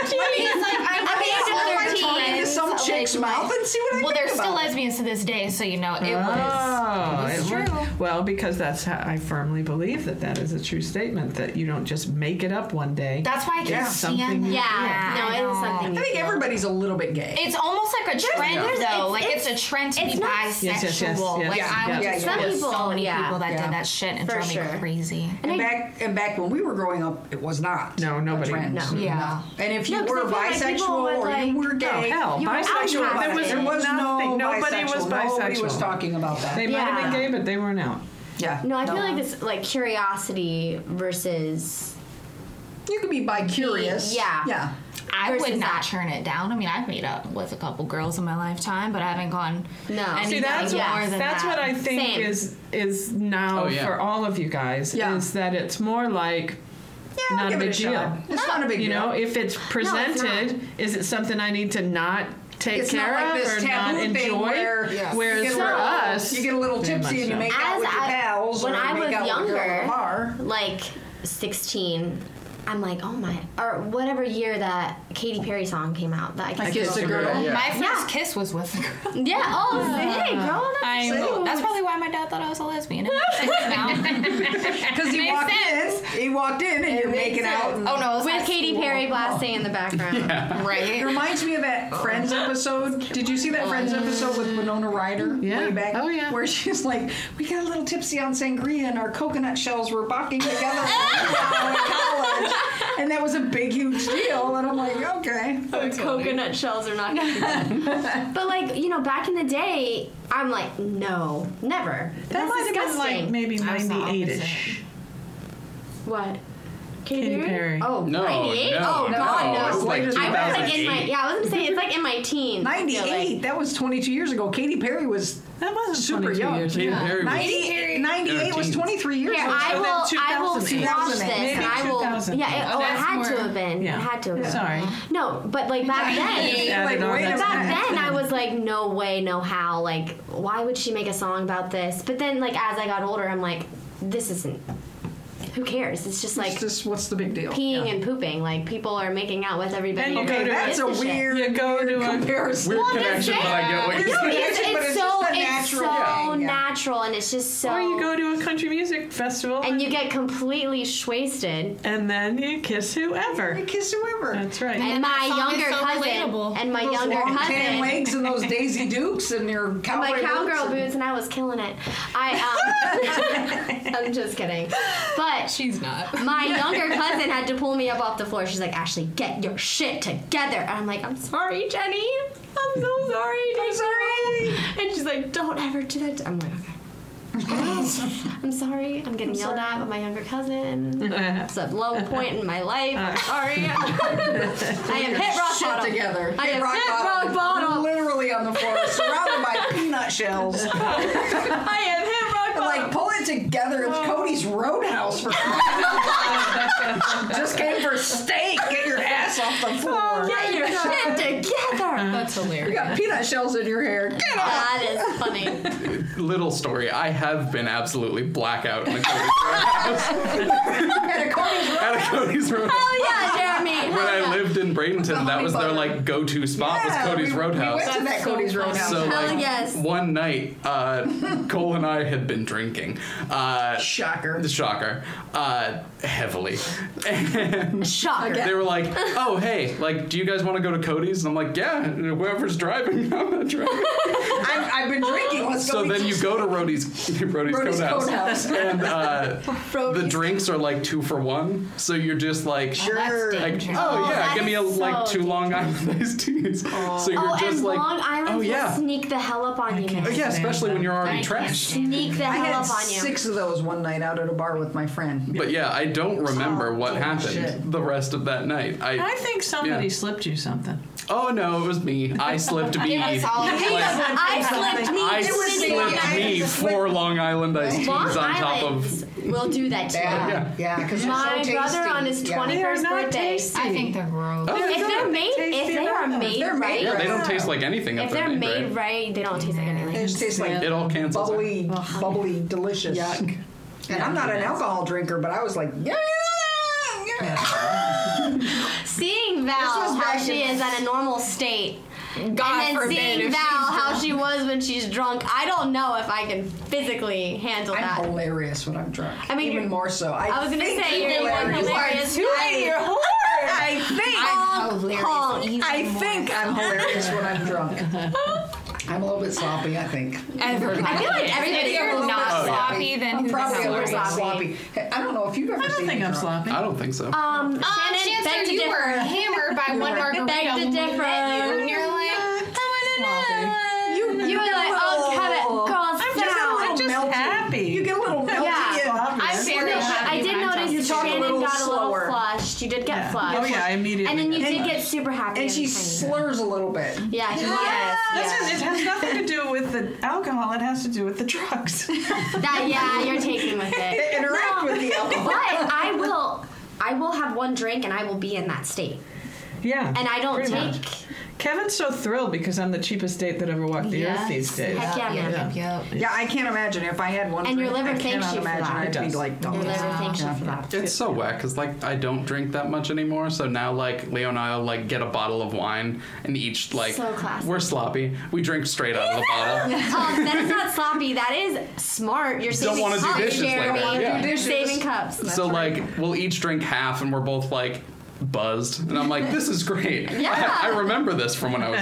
Really? It's like, I'm I mean, like I don't like 13. talking to some so, chick's like, mouth and see what I Well, think they're still about it. lesbians to this day, so you know it was. Oh, It's it true. was- Well, because that's how I firmly believe that that is a true statement that you don't just make it up one day. That's why I can Yeah. stand Something- that. Yeah, no, it was I know. something. I think everybody's a little bit gay. It's almost like a trend, there's- though. it's- like it's, it's- a trend to it's be not- Yes, bisexual. yes, yes, yes, like yes, I was yeah, just yeah. with Some so many people, people that yeah. did that shit and For drove sure. me crazy. and back and back when we were growing up, it was not. No, a nobody- trend. no. Yeah. And if you No, 'cause were I feel like people bisexual would, or like- you were gay, Oh, hell, You were bisexual. outcast. There was, There was nothing. no Nobody was bisexual. Nobody bisexual. was talking about that. They might have been Yeah. gay, but they weren't out. yeah. No, I feel like it's like curiosity versus. You could be bi curious. Yeah. Yeah. I Versus would not that. turn it down. I mean, I've made up with a couple girls in my lifetime, but I haven't gone. No. any See, See, that's more yeah, what, than that's that. what I think Same. is is now Oh, yeah. for all of you guys Yeah. is that it's more like Yeah, Not I'll a give it big a shot. deal. It's not a big you deal. know if it's presented, is it something I need to not take it's care not like of this or not taboo thing enjoy? where Whereas you get a for little- us, you get a little very tipsy much and you so. make out As with your I- pals. when or you I make was out with a girl at younger, a bar. like 16, I'm like, oh my, or whatever year that Katy Perry song came out that I kissed, kissed a a girl. girl. My first kiss was with a girl. Yeah. Oh, hey, girl. That's I know. That's probably probably why my dad thought I was a lesbian. (laughs) I'm not saying now. Because he Makes walked sense. in, he walked in, and you're making out. and- oh no, it was With high Katy school. Perry blasting in the background. It right? reminds me of that Friends episode. Did you see that Friends episode with Winona Ryder Yeah. way back? Oh, yeah. Where she's like, we got a little tipsy on sangria and our coconut shells were bucking together. when we were in college." and that was a big, huge deal. And I'm like, okay. coconut shells are not going to But like, you know, back in the day, I'm like, no, never. That That's might have been like disgusting. maybe I was the 98 ish. opposite. what? Katy, Katy Perry. Oh, No, 98? no, oh no. god, It was no. like I was like in my 2008. yeah, I was gonna say it's like in my teens. I feel 98, that was 22 years ago. Katy Perry was That wasn't Super 22 young. years Katy ago. Perry was- 90, 98 was Thirteen. 23 years Like, here, ago. I So will. then I will 2008. watch this, Maybe and I will. 2000. Yeah. It, oh, it That's had to more- have been. Yeah. It had to have been. Sorry. No, but like back then, Yeah. Like, added on wait a that. minute. back then I was like, no way, no how. Like, why would she make a song about this? But then, like, as I got older, I'm like, this isn't. Who cares? It's just like It's just, what's the big deal? peeing and pooping. Like, people are making out with everybody. And you Okay, go to- that's a Gives shit. weird, You go to weird a- comparison. Weird connection, but I get what you're Yeah. saying. Yeah. It's, But it's it's so just a it's natural so thing, yeah. natural, and it's just so. Or you go to a country music festival and, and you get completely wasted. then you kiss whoever. You kiss whoever. That's right. And and that my song is younger so cousin relatable. and my those younger long tan cousin legs and those Daisy Dukes and your and cowboy my cowgirl boots. boots and I was killing it. I (laughs) um (laughs) I'm just kidding. But She's not. (laughs) my younger cousin had to pull me up off the floor. She's like, "Ashley, get your shit together." And I'm like, "I'm sorry, Jenny. I'm so (laughs) sorry, Jenny." And she's like, "Don't ever do that." to-" I'm like, "Okay." (laughs) I'm sorry. I'm getting yelled at by my younger cousin. It's a (laughs) low point in my life. I'm (laughs) sorry. I am hit rock Shit bottom. together. I am hit rock bottom. (laughs) Literally on the floor, surrounded by peanut shells. And I am hit rock like, pull it together. It's Cody's Roadhouse for (laughs) Just came for steak. Get your ass off the floor. Oh, Get your shit together. (laughs) That's hilarious. You got peanut shells in your hair. Get off. that is (laughs) funny. Little story. I have been absolutely blackout in a Cody's At a Cody's Roadhouse. at a Cody's Roadhouse. Hell yeah, Jeremy. When I Hell yeah. lived in Bradenton, that was their like go-to spot Yeah, was Cody's we- Roadhouse. We went to that That's so Cody's funny. Roadhouse. So Hell like yes. one night, (laughs) uh, Cole and I had been drinking, uh, Shocker. the shocker, uh, heavily, and Shocker. they (laughs) were like, "Oh hey, like, do you guys want to go to Cody's?" And I'm like, "Yeah, whoever's driving, (laughs) I'm (laughs) not driving." I've, I've been drinking. Let's go. so eat then you some go to Rhodey's, (laughs) Rhodey's, Cody's Codehouse, Roadhouse. and (laughs) uh, the Brody. drinks are like two for one, so you're just like, Well, Sure. That's Like, dangerous. Oh, Oh, yeah, that give me a, is like so two Long Island iced teas. So you're Oh, just and like, Long Island oh yeah, will sneak the hell up on you, man. Oh, yeah, especially when you're already I trashed. can't Sneak the I hell had up on you. six of those one night out at a bar with my friend. But yeah, I don't remember what happened shit. the rest of that night. I I think somebody Yeah. slipped you something. oh no, it was me. (laughs) I slipped me. was all- like, I slipped me. I to the Long slipped Island. me four Long Island iced teas Long on top of. Islands (laughs) will do that to you. Yeah. yeah. Because My so brother tasty. on his Yeah. 21st They are not birthday. tasty. I think they're gross. Oh, If they're made, if Tasty they are enough. made They're made right, Yeah, they don't Yeah. taste like anything if, if they're made right. right, they don't taste like anything. It just tastes like It all cancels. out. bubbly, bubbly, delicious. Yuck. And I'm not an alcohol drinker, but I was like, yeah. Seeing Val was how back she in- is at a normal state God and then forbid seeing if Val she's how she was when she's drunk, I don't know if I can physically handle I'm that. hilarious when I'm drunk. I mean, even you're- more so. I, I was gonna think say, you're you're one hilarious. hilarious You are guy. too. You're hilarious. I think. Honk, hilarious. honk. Even I more. think I'm hilarious when I'm (laughs) drunk. I'm a little bit sloppy, I think. ever. I feel like everybody If here you're will not know. sloppy, then Oh, I'm who's probably a little sloppy? bit sloppy. Hey, I don't know if you've ever I seen don't me think I'm drunk. sloppy. I don't think so. Um, Shannon, Um, beg Chancellor, to you differ. were hammered by one margarita. Beg to when we met differ. you, And you're like, (laughs) You, You were like, oh, cut it, girls, I'm sit just, down. I'm just melty. happy. You get a little melty. (laughs) Yeah. Sloppy. and- I'm very No, happy. I did when notice I'm talking to you. Shannon little got a little slower. flushed. You did get flushed. Oh yeah, I immediately. And then you got did that. get super happy. And she tiny. slurs a little bit. Yeah, she That's was. just- it has nothing to do with the alcohol. It has to do with the drugs. Yeah. That, yeah, you're taking with it. They interact with the But alcohol. I will. I will have one drink and I will be in that state. yeah. And I don't pretty much. take Kevin's so thrilled because I'm the cheapest date that ever walked the earth these days. Heck yeah, Yep, man. yep, yep. Yeah, I can't imagine if I had one. And your drink, liver I thanks cannot you for imagine that. I'd It be does. like, Your dumb. liver thanks you for that. It's so whack because like I don't drink that much anymore. So now like Leo and I'll like get a bottle of wine and each like So classy. we're sloppy. We drink straight out of the bottle. Um, that is not sloppy. That is smart. You're saving wanna do cups, dishes like Jeremy. that, yeah. Dishes. Saving cups. so like we'll each drink half and we're both like buzzed and I'm like this is (laughs) great. Yeah. I, I remember this from when I was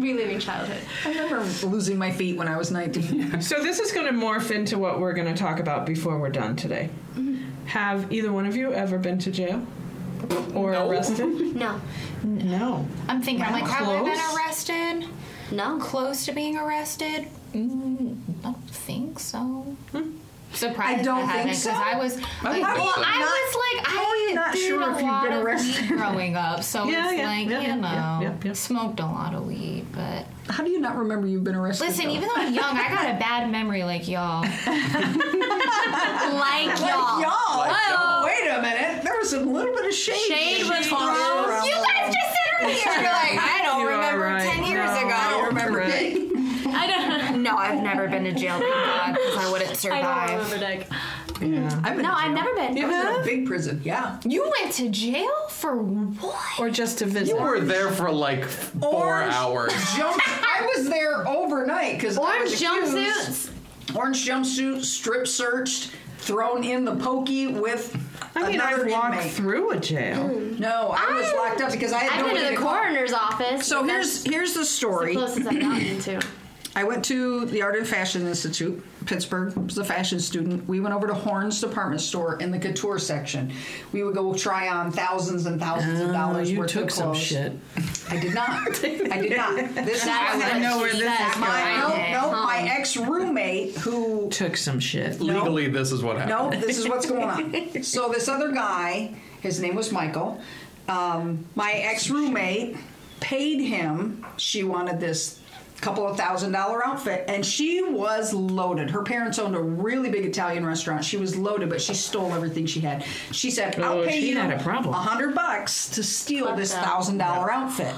(laughs) Reliving childhood. I remember losing my feet when I (laughs) was 19. So this is going to morph into what we're going to talk about before we're done today. Have either one of you ever been to jail or (laughs) arrested? No. No. I'm thinking, I'm like, have I Close? been arrested? No. Close to being arrested? Mm, I don't think so. Hmm. Surprised I don't think haven't, 'cause so. I was. Like, think well, so. I Not- was like, how are I you not did sure a if you've lot been of arrested? weed growing up, so Yeah, it's yeah, like yeah, you yeah, know, yeah, yeah, yeah. smoked a lot of weed, but How do you not remember you've been arrested? listen, though? even though I'm young, I got a bad memory, like y'all. Like y'all. y'all. y'all. Wait a minute. There was a little bit of shade. Shade was all thrown. around. You guys just sit over (laughs) here. You're like, I don't You are remember right. ten years No, ago. I don't remember Right. (laughs) it. I don't. No, I've never been to jail. Thank God, because I wouldn't I don't survive. remember, Nick. Yeah. I've been No, to jail. I've never been. I was in a big prison. Yeah. You went to jail for what? Or just to visit. You were there for like four Orange hours. Jump. I was there overnight because Orange I was accused- jumpsuits. Orange jumpsuit, strip searched, thrown in the pokey with. I mean, I've another walked inmate. Mm. through a jail. No, I was locked up because I had I've nobody been to the to call. coroner's office. So but here's here's the that's story. the closest I've gotten to. I went to the Art and Fashion Institute, Pittsburgh. Was a fashion student. We went over to Horn's department store in the couture section. We would go try on thousands and thousands of dollars Uh, Oh, you worth took of some clothes. shit. I did not. I did not. This is That's my what know where she this is says. going. my, Okay. no, no, my Huh. ex roommate who Took some shit. Legally, this is what no, happened. this is what's going on. So this other guy, his name was Michael. Um, my ex roommate paid him. She wanted this couple of thousand dollar outfit, and she was loaded. Her parents owned a really big Italian restaurant. She was loaded, but she stole everything she had. She said, "I'll Oh, pay she you had a problem. hundred bucks to steal this them. thousand dollar outfit."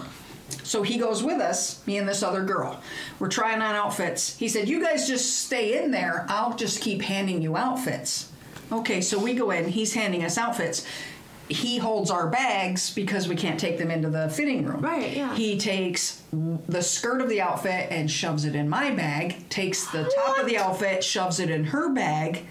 So he goes with us, me and this other girl. We're trying on outfits. He said, You guys just stay in there. I'll just keep handing you outfits. Okay, so we go in. He's handing us outfits. He holds our bags because we can't take them into the fitting room. Right, yeah. He takes the skirt of the outfit and shoves it in my bag, takes the top of the outfit, shoves it in her bag.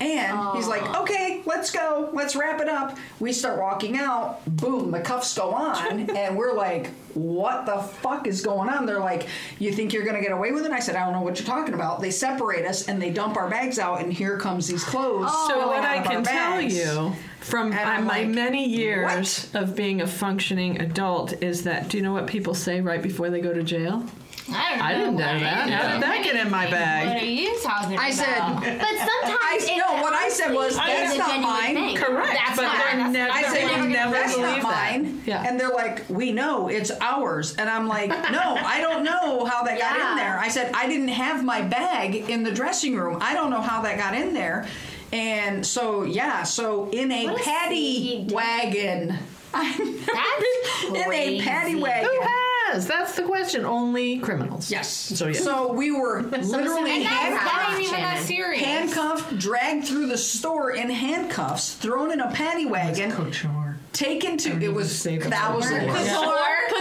And he's like, Oh. okay, let's go. Let's wrap it up. We start walking out. Boom, the cuffs go (laughs) on. and we're like, what the fuck is going on? They're like, you think you're going to get away with it? I said, I don't know what you're talking about. They separate us and they dump our bags out. And here comes these clothes. So falling Oh, what out I of our can tell bags. you from Oh, And my I'm like, many years of being a functioning adult is that do you know what people say right before they go to jail? I don't I didn't know what I that. How did that get in my What bag? are you talking about? I said, But sometimes I it know what I said was, honestly that's is a not genuine mine. thing. Correct, That's but not- they're that's never, not- I said, they never would gonna- never that's believe not mine. (laughs) that. Yeah. And they're like, we know it's ours. And I'm like, no, I don't know how that got in Yeah. there. I said, I didn't have my bag in the dressing room. I don't know how that got in there. And so, yeah, so in a What a paddy seed. wagon. (laughs) that's In a crazy. paddy wagon. Who has? That's the question. Only criminals. Yes. So yeah. So we were literally And that's That's handcuffed. not even that Shannon. serious. handcuffed, dragged through the store in handcuffs, thrown in a paddy wagon, Couture. taken to it was say the word. thousands, Couture. Couture.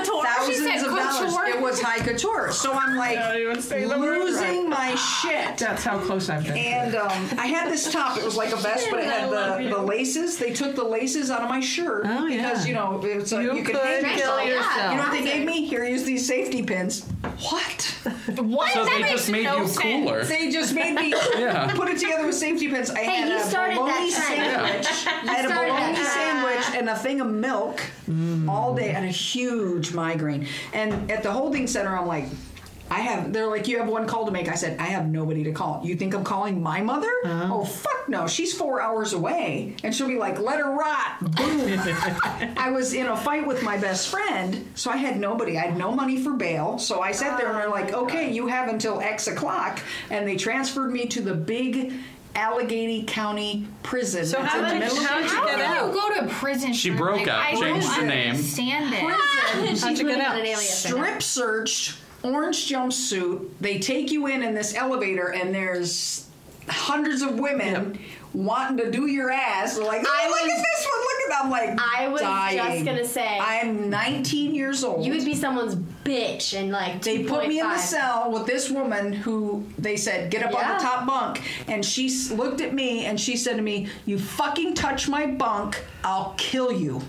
She thousands said of dollars. couture. It was high couture. So I'm like Don't even say the word losing my shit. That's how close I've been. to it. And um, I had this top. It was like a vest, but it had the, the laces. They took the laces out of my shirt Oh, yeah. because you know it's a, you, you, could can hang it. kill yourself. Yeah, yourself. You know what they gave me? Here, use these safety pins. What? What? So That they makes just made no you sense. cooler. They just made me Yeah. put it together with safety pins. I Hey, had you a started that bologna trend. sandwich. I had a started bologna that trend. sandwich and a thing of milk all day and a huge migraine. And at the holding center, I'm like, I have. They're like, you have one call to make. I said, I have nobody to call. You think I'm calling my mother? Oh fuck no, she's four hours away, and she'll be like, let her rot. Boom. I was in a fight with my best friend, so I had nobody. I had no money for bail, so I sat there and they're like, okay, you have until X o'clock, and they transferred me to the big Allegheny County Prison. So It's how in the did- middle of how did Chicago. you get How out? do you go to prison? She for, broke out, I changed don't the name. Understand it? How'd you get out? strip searched, orange jumpsuit. They take you in in this elevator, and there's hundreds of women wanting to do your ass. They're like, oh, I look was- at this one. Look at. I'm like, I was just dying. gonna say- I'm 19 years old. You would be someone's bitch and like. they put me in the 2.5. cell with this woman who they said get up on Yeah. the top bunk and she s- looked at me and she said to me you fucking touch my bunk i'll kill you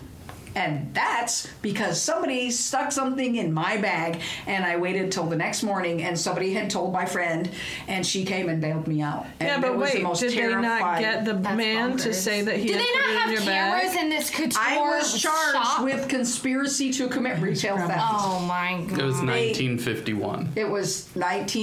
and that's because somebody stuck something in my bag and i waited till the next morning and somebody had told my friend and she came and bailed me out and Yeah, it but was the wait, most did they not terrifying- get the That's man to bonkers. say that he Do had they put it not in have your cameras bag? in this couture i was charged shop? with conspiracy to commit retail theft Oh my god! It was 1951. it was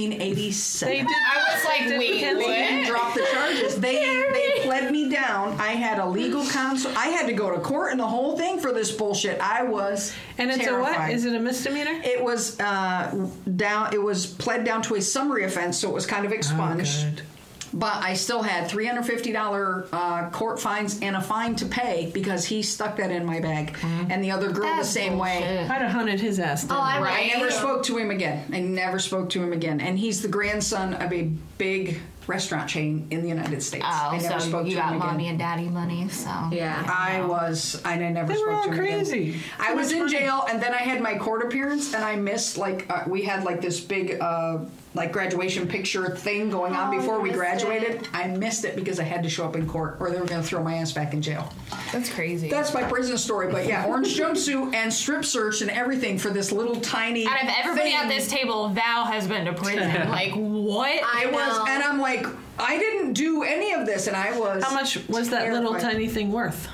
1987 They did. I was like, Did wait, Mackenzie and what? drop the (laughs) charges. They they pled me down. I had a legal counsel. I had to go to court and the whole thing for this bullshit. I was And it's terrified. a what? Is it a misdemeanor? It was uh, down. It was pled down to a summary offense, so it was kind of expunged. Oh, good. But I still had three hundred fifty dollar uh, court fines and a fine to pay because he stuck that in my bag, Mm-hmm. and the other girl That's the same way. bullshit. I'd have hunted his ass. Then. Oh, I Right. I right. never spoke to him again. I never spoke to him again. And he's the grandson of a big restaurant chain in the United States. I Oh, never so spoke you to got him again. mommy and daddy money, so Yeah. I was, and I never They spoke were all to him crazy. Again. I was in jail, and then I had my court appearance, and I missed like uh, we had like this big uh, like graduation picture thing going on Oh, before you we missed graduated. I missed it because I had to show up in court, or they were going to throw my ass back in jail. that's crazy. That's my prison story. But yeah, orange jumpsuit and strip search and everything for this little tiny. Out of everybody thing. at this table, Val has been to (laughs) prison. like what? I it was, know. and I'm like, I didn't do any of this, and I was. How much was that little terrified. tiny thing worth?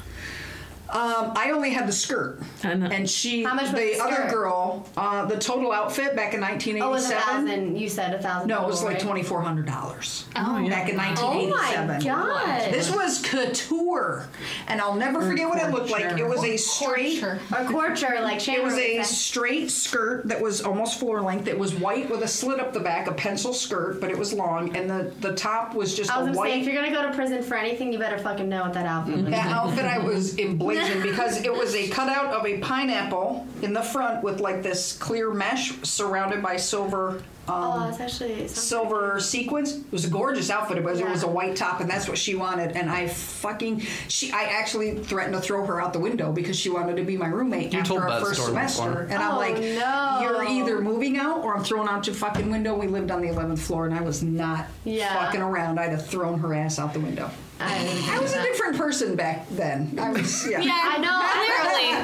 Um, I only had the skirt, I know. and she, How much was the, the other skirt? girl, uh, the total outfit back in Oh, it was a 1987. thousand. You said a thousand. no, it was like right? twenty four hundred dollars yeah. back in Oh nineteen eighty my seven. god. This was couture, and I'll never forget what it looked like. It was a straight. Torture. a torture like It was a Chandler said. straight skirt that was almost floor length. It was white with a slit up the back, a pencil skirt, but it was long, and the, the top was just I was a gonna white Mm-hmm. say, if you're gonna go to prison for anything, you better fucking know what that outfit. is. That outfit I was emblazoned because it was a cutout of a pineapple in the front with like this clear mesh surrounded by silver Oh, um, it's actually silver sequins. It was a gorgeous outfit. It was it was a Yeah. white top and that's what she wanted. And I fucking she I actually threatened to throw her out the window because she wanted to be my roommate You after told our that first story semester. before. And I'm Oh, like, no. you're either moving out or I'm throwing out your fucking window. We lived on the 11th floor and I was not Yeah. fucking around. I'd have thrown her ass out the window. (laughs) I was a different person back then. I (laughs) was, yeah. Yeah, I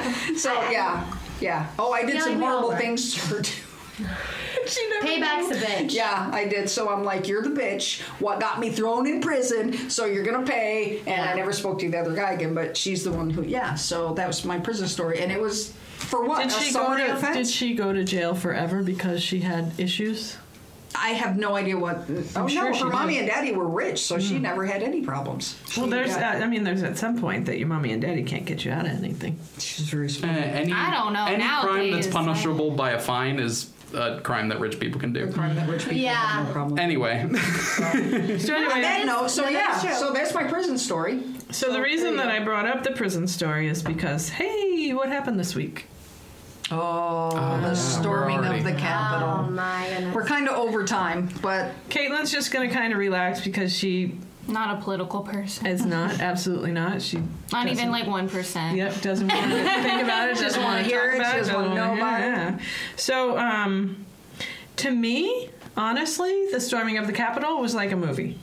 know. (laughs) Clearly, So yeah, yeah. Oh, I did Yeah, some like we all horrible were. things to her too. (laughs) She never Payback's knew. a bitch. Yeah, I did. So I'm like, you're the bitch. What got me thrown in prison? So you're gonna pay. And I Yeah. never spoke to the other guy again. But she's the one who. Yeah. So that was my prison story, and it was for what? Did a she go summary to offense? Did she go to jail forever because she had issues? I have no idea what. oh sure no, she her mommy did. Hmm. and daddy were rich, so she never had any problems. Well, She there's. got- Uh, I mean, there's at some point that your mommy and daddy can't get you out of (laughs) anything. she's very Eh, smart. any, I don't know, Any crime that's nowadays, punishable by a fine is a crime that rich people can do. Crime that rich people have no Yeah. problem. Anyway, (laughs) So On anyway, that note, so No, yeah, that's true. so that's my prison story. so the reason that I brought up the prison story is because hey, what happened this week? Oh, the storming already- of the Oh Capitol. my goodness. We're kind of over time, but Caitlin's just going to kind of relax because she not a political person. is not absolutely not. She Not even doesn't- like one percent. Yep, doesn't want to think about (laughs) it. Doesn't wanna want to hear talk it, about it. doesn't wanna wanna know about it. yeah. So, um, to me, honestly, the storming of the Capitol was like a movie.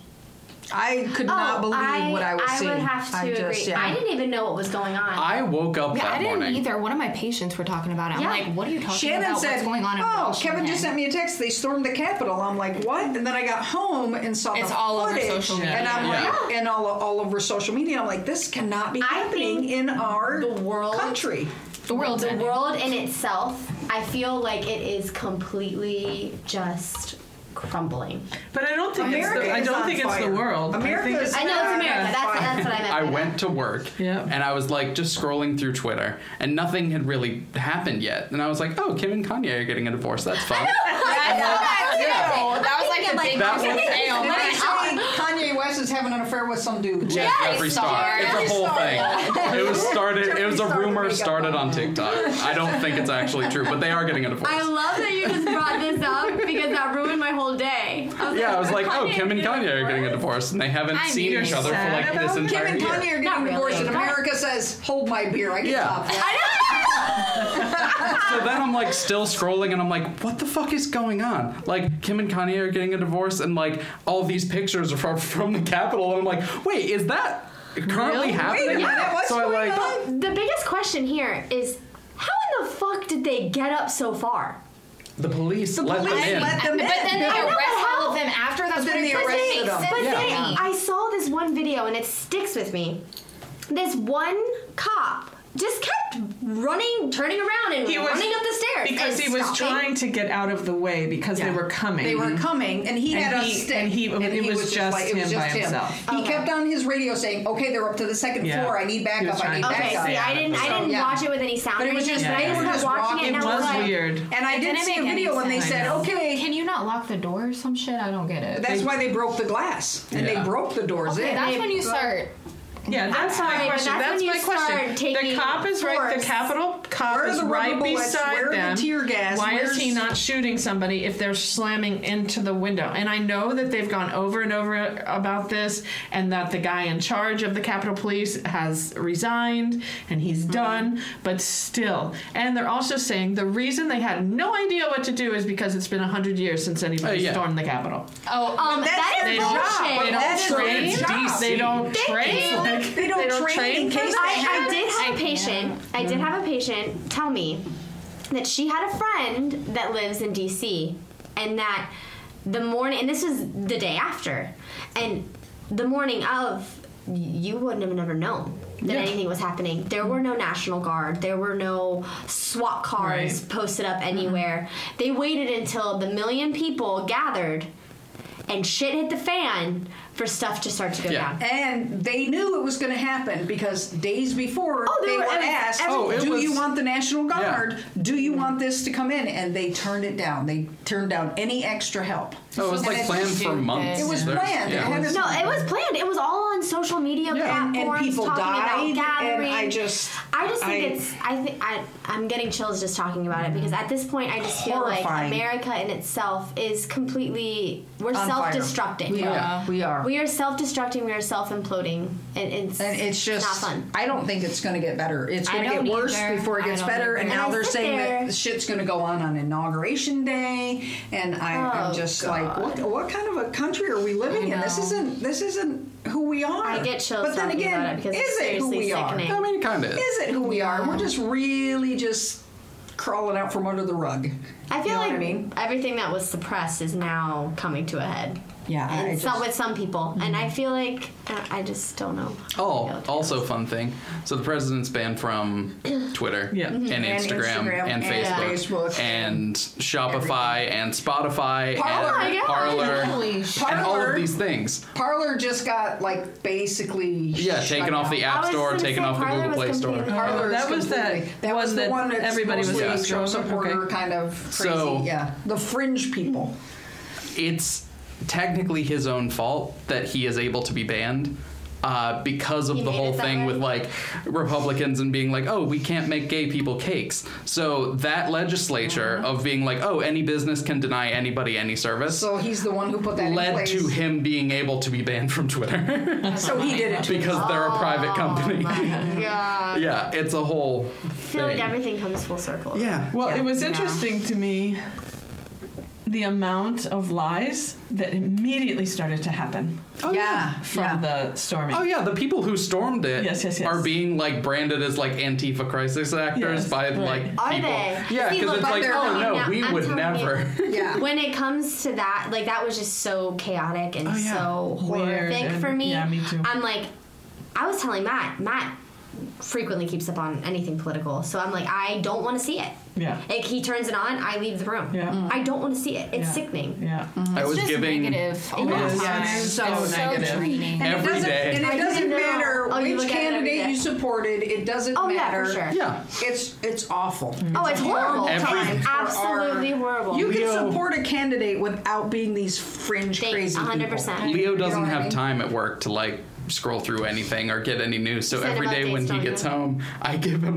I could not believe Oh, I, what I was seeing. would have to I agree. just, yeah. I didn't even know what was going on. I woke up Yeah, that I didn't morning. either. One of my patients were talking about it. I'm Yeah. like, what are you talking Shannon about? said, What's going on in "Oh, Washington? Kevin just sent me a text. They stormed the Capitol." I'm like, "What?" And then I got home and saw It's the all over footage, social media. and I'm Yeah. like, and all all over social media. I'm like, "This cannot be I happening think in our the world- country." The world's the ending. world in itself, I feel like it is completely just crumbling. But I don't think America it's the, I is don't on think it's the fire. world. America I think is- it's I know it's America. That's, that's what I meant. I by went to work Yeah. and I was like just scrolling through Twitter and nothing had really happened yet. And I was like, oh, Kim and Kanye are getting a divorce. That's fun. I know that too. That was like a big That was- sale. Did I see Kanye West wives was having an affair with some dude. Jeff Jeffrey Star. Jeffrey It's a whole Star. thing. It was started. It was a Jeffrey Star rumor made up started one. on TikTok. I don't think it's actually true, but they are getting a I divorce. love that you just brought this up because that ruined my whole day. I was Yeah, I was like, oh, Kanye Kim and getting a Kanye are getting a divorce, and they haven't I'm seen each sad other for like about this Kim Kim entire and Kanye year. are Not getting divorced, really. and America says, "Hold my beer." I can Yeah. top that. So then I'm like still scrolling, and I'm like, what the fuck is going on? Like Kim and Kanye are getting a divorce, and like all these pictures are from from the Capitol, and I'm like, wait, is that currently happening? Wait a minute, what's so I going like. on? The biggest question here is how in the fuck did they get up so far? The police let police them in. let them But in. then they No. arrest all of them after. That's then what they it arrested makes them. sense But to they, me. I saw this one video and it sticks with me. This one cop just kept running, turning around, and He was running up the stairs because and he was stopping. trying to get out of the way because they Yeah. were coming. They Mm-hmm. were coming, and he And had he- a stick. and he- it was just like, it was him just by himself. He kept on his radio saying, "Okay, they're up to the second Yeah. floor. I He need was backup. I trying need to Okay, Yeah. backup." see, I didn't, I didn't Yeah. watch it with any sound. But it was or just- anything, yeah, they but I just were kept just watching it, walking. and it I was was like, weird. And I did Didn't see a make any video when they sense. said, "Okay." Can you not lock the door or some shit? I don't get it. That's why they broke the glass, and Yeah. they broke the doors Okay, in. that's when you start. Yeah, that's my sorry, but question. that's That's, when you my question. start taking The cop is right. force. The Capitol cop Where are is the right rubber bullets? beside Where are the them. tear gas? Why Where's- is he not shooting somebody if they're slamming into the window? And I know that they've gone over and over about this, and that the guy in charge of the Capitol Police has resigned and he's Hmm. done. But still, and they're also saying the reason they had no idea what to do is because it's been hundred years since anybody Uh, Oh, yeah. stormed the Capitol. Oh, um, That's that their is job. bullshit. They But don't that's their train. job. They don't train. Like, They don't train in for case that. they I, I did have a I can't. patient. I did have a patient tell me that she had a friend that lives in DC, and that the morning, and this was the day after, and the morning of, you wouldn't have never known that anything was happening. There were no National Guard. There were no SWAT cars Right. posted up anywhere. They waited until the million people gathered. And shit hit the fan for stuff to start to go Yeah. down. And they knew it was going to happen because days before Oh, they they were were ev- asked, every- Oh, it "Do was- you want the National Yeah. Guard? Do you want this to come in?" And they turned it down. They turned down any extra help. Oh, it was And like it's planned for stupid. months. It was There's- planned. yeah. It had No, it was planned. It was all on social media and- and platforms people talking died, about gathering. and I just- I just think I- it's. I think I. I'm getting chills just talking about it because at this point, I just feel like Horrifying. America in itself is completely. We're On fire. self-destructing. We are. We are. We are self-destructing. We are self-imploding. And it's, and it's just not fun. I don't think it's going to get better. It's I going to get don't worse either. before it I gets don't better. either. And And now I they're sit saying there- that shit's going to go on on inauguration day, and I, I'm Oh, just like, what, what kind of a country are we living I in? This know. isn't this isn't who we are. I get chills But then talking again, about it because is it's it who seriously we are? sickening. I mean, it kind of Is it who we are? We're just really just crawling out from under the rug. I feel You know like what I mean? everything that was suppressed is now coming to a head. Yeah, I and just- some with some people, and I feel like uh, I I just don't know. how to feel Oh, today. also fun thing. So the president's banned from (clears throat) Twitter Yeah. and, Mm-hmm. Instagram, Instagram and and, Facebook, Facebook. and Shopify and Spotify my and God. Parlor Holy and all Parler- of these things. Parlor just got like basically Yeah, shut taken off the down. I App was Store, gonna taken say off the Parler Google was Play Store. completely- Parler Oh, is that was that completely- that one was the that one that's everybody was mostly after. Trump supporter Okay. kind of crazy. So- yeah, the fringe people. It's technically his own fault that he is able to be banned. Uh, because of He the made whole it that thing way? with like Republicans and being like, oh, we can't make gay people cakes. So that legislature Uh-huh. of being like, oh, any business can deny anybody any service. So he's the one who put that in led place. to him being able to be banned from Twitter (laughs) So he did it to because they're a private company. Oh (laughs) God. yeah, it's a whole I feel like thing. everything comes full circle. yeah. Well, it was interesting to me the amount of lies that immediately started to happen Oh, yeah, from the storming. Oh yeah, the people who stormed it Yes, yes, yes. are being like branded as like Antifa crisis actors Yes, by right. like people. Are they? Yeah, See, because look, it's but like, they're oh telling no, you now- we I'm would telling you. never. yeah. When it comes to that, like that was just so chaotic and Oh, yeah. so Weird horrific and- for me. yeah, me too. I'm like, I was telling Matt, Matt, frequently keeps up on anything political. So I'm like, I don't want to see it. Yeah. Like, he turns it on, I leave the room. Yeah. Mm. I don't want to see it. It's Yeah. sickening. Yeah. I was just giving negative Oh all It the is. time. Yeah, it's so negative. draining. And Every it doesn't, day. And I it doesn't didn't know. matter Oh, you which look at it every candidate day. you supported. It doesn't Oh, yeah, matter. for sure. Yeah. It's it's awful. Oh, it's horrible. Every- time. For our- Absolutely horrible. You Leo- can support a candidate without being these fringe Thank- crazy 100%. people. Leo doesn't know what I have mean? time at work to like scroll through anything or get any news. So Send him every day when updates, he don't gets you? home, I give him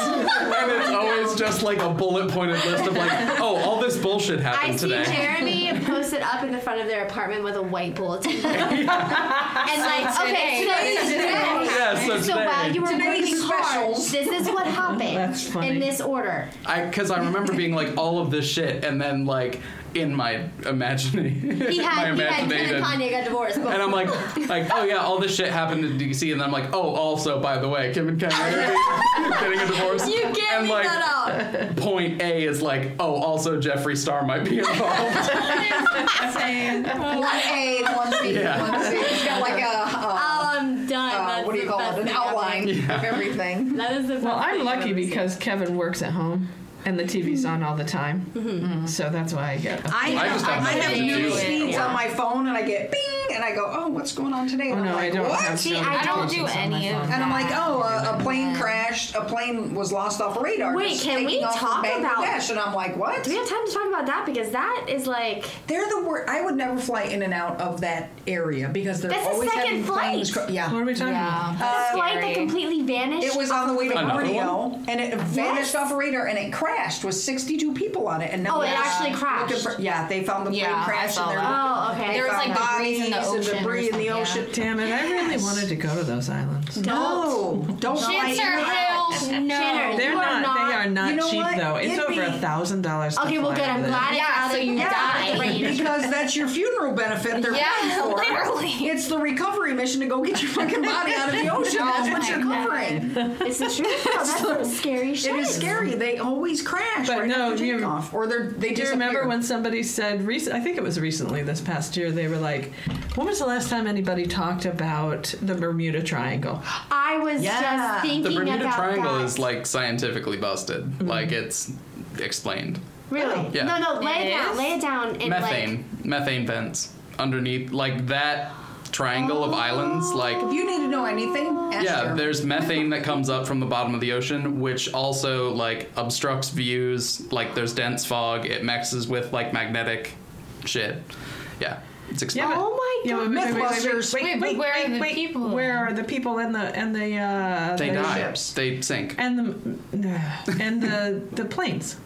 (laughs) and it's always just like a bullet pointed list of like, oh, all this bullshit I happened see today. Jeremy posted up in the front of their apartment with a white (laughs) bulletin. and like, okay, today is today. Yeah, so So while today, you were Today's working hard, specials. this is what happened That's funny. in this order. I because I remember being like all of this shit, and then like in my (laughs) imagination, He my had, he had Kim imaginated- and Kanye got divorced. But And I'm like, like, oh yeah, all this shit happened in DC, and then I'm like, oh, also by the way, Kim and (laughs) Kanye are getting a divorce. you can't and leave like, uh, that out. point A is like, oh, also Jeffree Star might be (laughs) involved. One A, one B, Yeah. one C. It's got like a uh, (laughs) Oh, I'm done. uh, That's what do you the call best it? An thing ever. outline of everything. That is the (laughs) best Well, I'm thing I've lucky ever seen. because Kevin works at home and the TV's on all the time. So that's why I get. Mm-hmm. I have, just I have nothing have to news do. feeds on my phone, and I get bing, and I go, oh, what's going on today? And Oh I'm no, I like, don't what? have See, I I don't do notifications on my any phone. of that. And I'm like, oh, a, a plane crashed. A plane was lost off radar. Wait, It's can taking we off from talk about- Bangladesh. And I'm like, what? Do we have time to talk about that? Because that is like. They're the word. I would never fly in and out of that area because they're That's the always second having planes. flight. cr- yeah. What are we talking Yeah. about? that's a flight scary. that completely vanished. It was on the way to Another Borneo, and it vanished off a radar, and it crashed with 62 people on it. And now Oh, it they're actually looking crashed. for- yeah, they found the plane Yeah, I crash, saw and they're that. Oh, looking- okay. they There was, found like, debris in the bodies ocean and or debris in the something, ocean. Damn it! I really wanted to go to those islands. No, don't fly in Chancer, and out. hell no. Chancer, They're You are not, They not- are not you know cheap what? though. It's It'd over be- a thousand dollars. Okay, well, good. I'm glad it's Yeah, out so of- you it's out of the died. range. because that's your funeral benefit they're Yeah, paying for. literally. It's the recovery mission to go get your fucking body out of the (laughs) ocean. That's what Oh my you're God. covering. (laughs) It's the truth. though. Oh, That's some scary shit. It is scary. They always crash But right no, after you- takeoff, or they're Do they you disappear. remember when somebody said, rec- I think it was recently this past year, they were like, when was the last time anybody talked about the Bermuda Triangle? (gasps) I was Yeah. just thinking the Bermuda about Triangle that. Mm-hmm. is like scientifically busted. Like it's explained. really Oh, Yeah. no no lay it It down is? lay it down and methane, like methane vents underneath, like that triangle of islands, like. If you need to know anything, ask Yeah, her. there's methane that comes up from the bottom of the ocean, which also like obstructs views. Like there's dense fog. It mixes with like magnetic shit. Yeah, it's explained. but- oh my Yeah, god wait, wait, wait, Mythbusters. Wait, wait, Wait, but wait, where are wait, the wait. people Where then? are the people and the and the uh, they the die. ships? They sink. and the (sighs) and the the planes?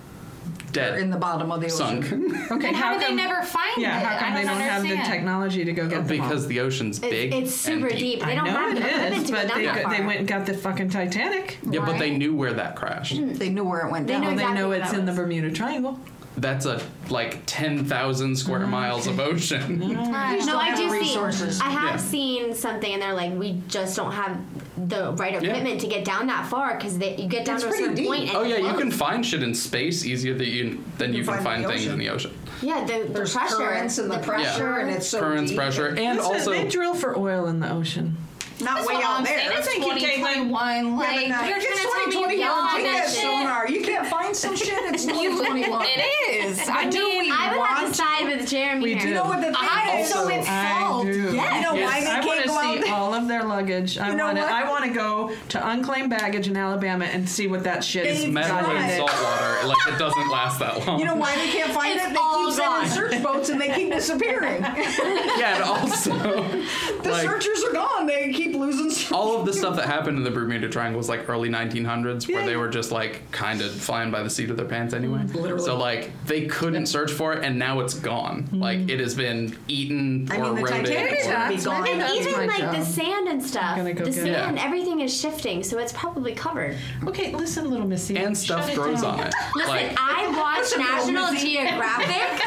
They're in Dead. the bottom of the ocean. Sunk. Okay, And how, do they never find Yeah, it? how come I they don't don't have the understand. technology to go get them all? (laughs) Because the ocean's It's- big. it's super and deep. They I don't know have the it equipment is, to go but down they, that go- far. they went and got the fucking Titanic. Yeah, but they knew where that crashed. They knew where it went They down. knew Well, they exactly know what it's that in the was. Bermuda Triangle. That's a like ten thousand square miles of (laughs) ocean. no, I have do the resources. see. I have Yeah. seen something, and they're like, we just don't have the right equipment to get down that far because you get down It's to a pretty certain deep. point And Oh it yeah, you floats. can find shit in space easier than you than you, can find, in the things ocean. in the ocean. Yeah, the, the There's pressure, currents and the, pressure, Yeah. and it's so Currents, deep. pressure, and Listen, also they drill for oil in the ocean. not way out there. It's They can take, like- 2021. Yeah, Like, but not- you're it's gonna tell me 2021. beyond Take that that shit. sonar. You can't find (laughs) some shit. It's 2021. It is. I Do mean, we I would have to want? side with Jeremy. We here. do. You know what the thing I is? also it's I fault. do. You know why they I want can't to go out see there? all of their luggage. I know want to. what? I want to go to unclaimed baggage in Alabama and see what that shit is. It's metal Got and it. salt water, like it doesn't last that long. You know why they can't find it? They all keep sending gone. search boats and they keep (laughs) disappearing. yeah, and (laughs) also The like, searchers are gone. They keep losing. (laughs) search- all of the stuff that happened in the Bermuda Triangle was like early 1900s, where Yeah. they were just like kind of flying by the seat of their pants anyway. So like they couldn't search for it, and now it's gone. Like it has been eaten I mean, or the eroded. Titanic or- would be That's gone. my- And that's my even like the job. sand and stuff, gonna go the get it. sand, everything is shifting, so it's probably covered. Okay, listen, little Missy. and stuff Shut it grows down. on it. Listen, like (laughs) I watch National Geographic,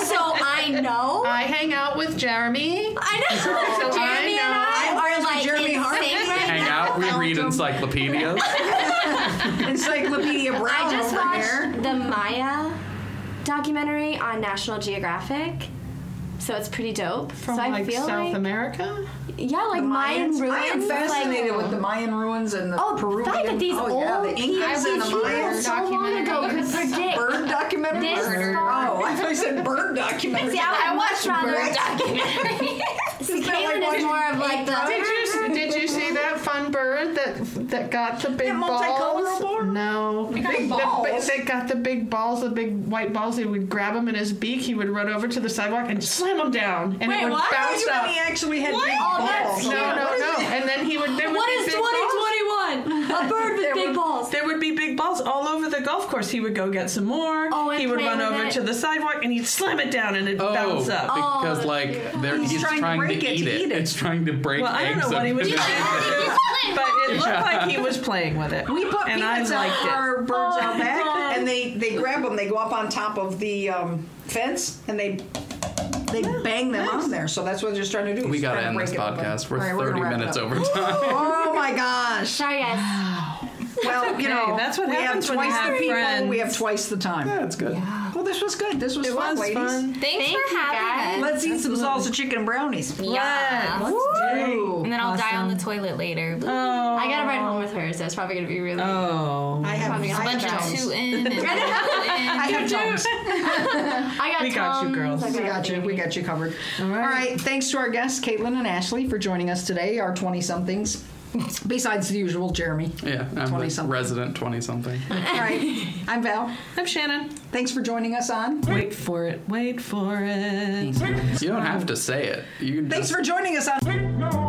(laughs) so I know. I hang out with Jeremy. I know. (laughs) Jeremy and I, I'm friends are with like Jeremy in Hartman. sync right hang now. out, we read encyclopedias. Encyclopedia Brown I just over watched there. the Maya documentary on National Geographic. So it's pretty dope. From so I like feel South like America? yeah, like Mayan ruins. I am fascinated like, with the Mayan ruins and the Oh, Peruvian. fact that these oh, yeah, old the Incas and the people Mayans. so long ago could documentaries. predict. Bird documentaries. This Bird. Oh, I thought you said bird documentaries. (laughs) See, I would much rather. bird (laughs) See, that like Caitlin is watching more of like Did the. you did you see that fun bird that that got the big multicolored balls? bird? No, got Big- the- balls. They got the big balls, the big white balls. He would grab them in his beak. He would run over to the sidewalk and slam them down, and Wait, it would what? I thought bounce you meant up. he actually had What? big Oh, that's- balls. No, Yeah, no, what is no. it? And then he would. There would What be is big balls. 2021? A bird with big would, balls. There would be big balls all over the golf course. He would go get some more. Oh, and he would play run with over it. to the sidewalk and he'd slam it down and it'd Oh, bounce up. Oh, because that's like there, he's, trying to break it eat to it. eat it. It's trying to break. well, I don't know eggs what up (laughs) he was in doing, it. but it looked like he was playing with it. We put and I peanuts out liked it. our birds Oh, out my back, God. and they they grab them. They go up on top of the um, fence, and they they bang them on there. So that's what they're just trying to do. We is gotta trying end break this it open. podcast. We're All right, we're thirty gonna wrap it minutes up. over (laughs) time. (laughs) Oh my gosh! Sorry, guys. Well, you know, that's what we happens have when you twice the have people. friends. We have twice the time. That's good. Well, this was good. This was It fun, was ladies. fun. Thanks Thank for you, having Let's eat some salsa chicken and brownies. us. Yeah. Let's do. And then I'll die on the toilet later. Oh. I gotta ride home with her, so it's probably gonna be really. Oh. I have, I Probably a have Bunch of tums. two in and one in. I have tums. I got We got you, Tums, girls. I We got you. We got you covered. All right. Thanks to our guests, Caitlin and Ashley, for joining us today, our 20 somethings. Besides the usual, Jeremy. Yeah, I'm 20 a something. resident (laughs) twenty something. All right. I'm Val. I'm Shannon. Thanks for joining us on. Wait for it. Wait for it. You don't have to say it. You can Thanks just for joining us on.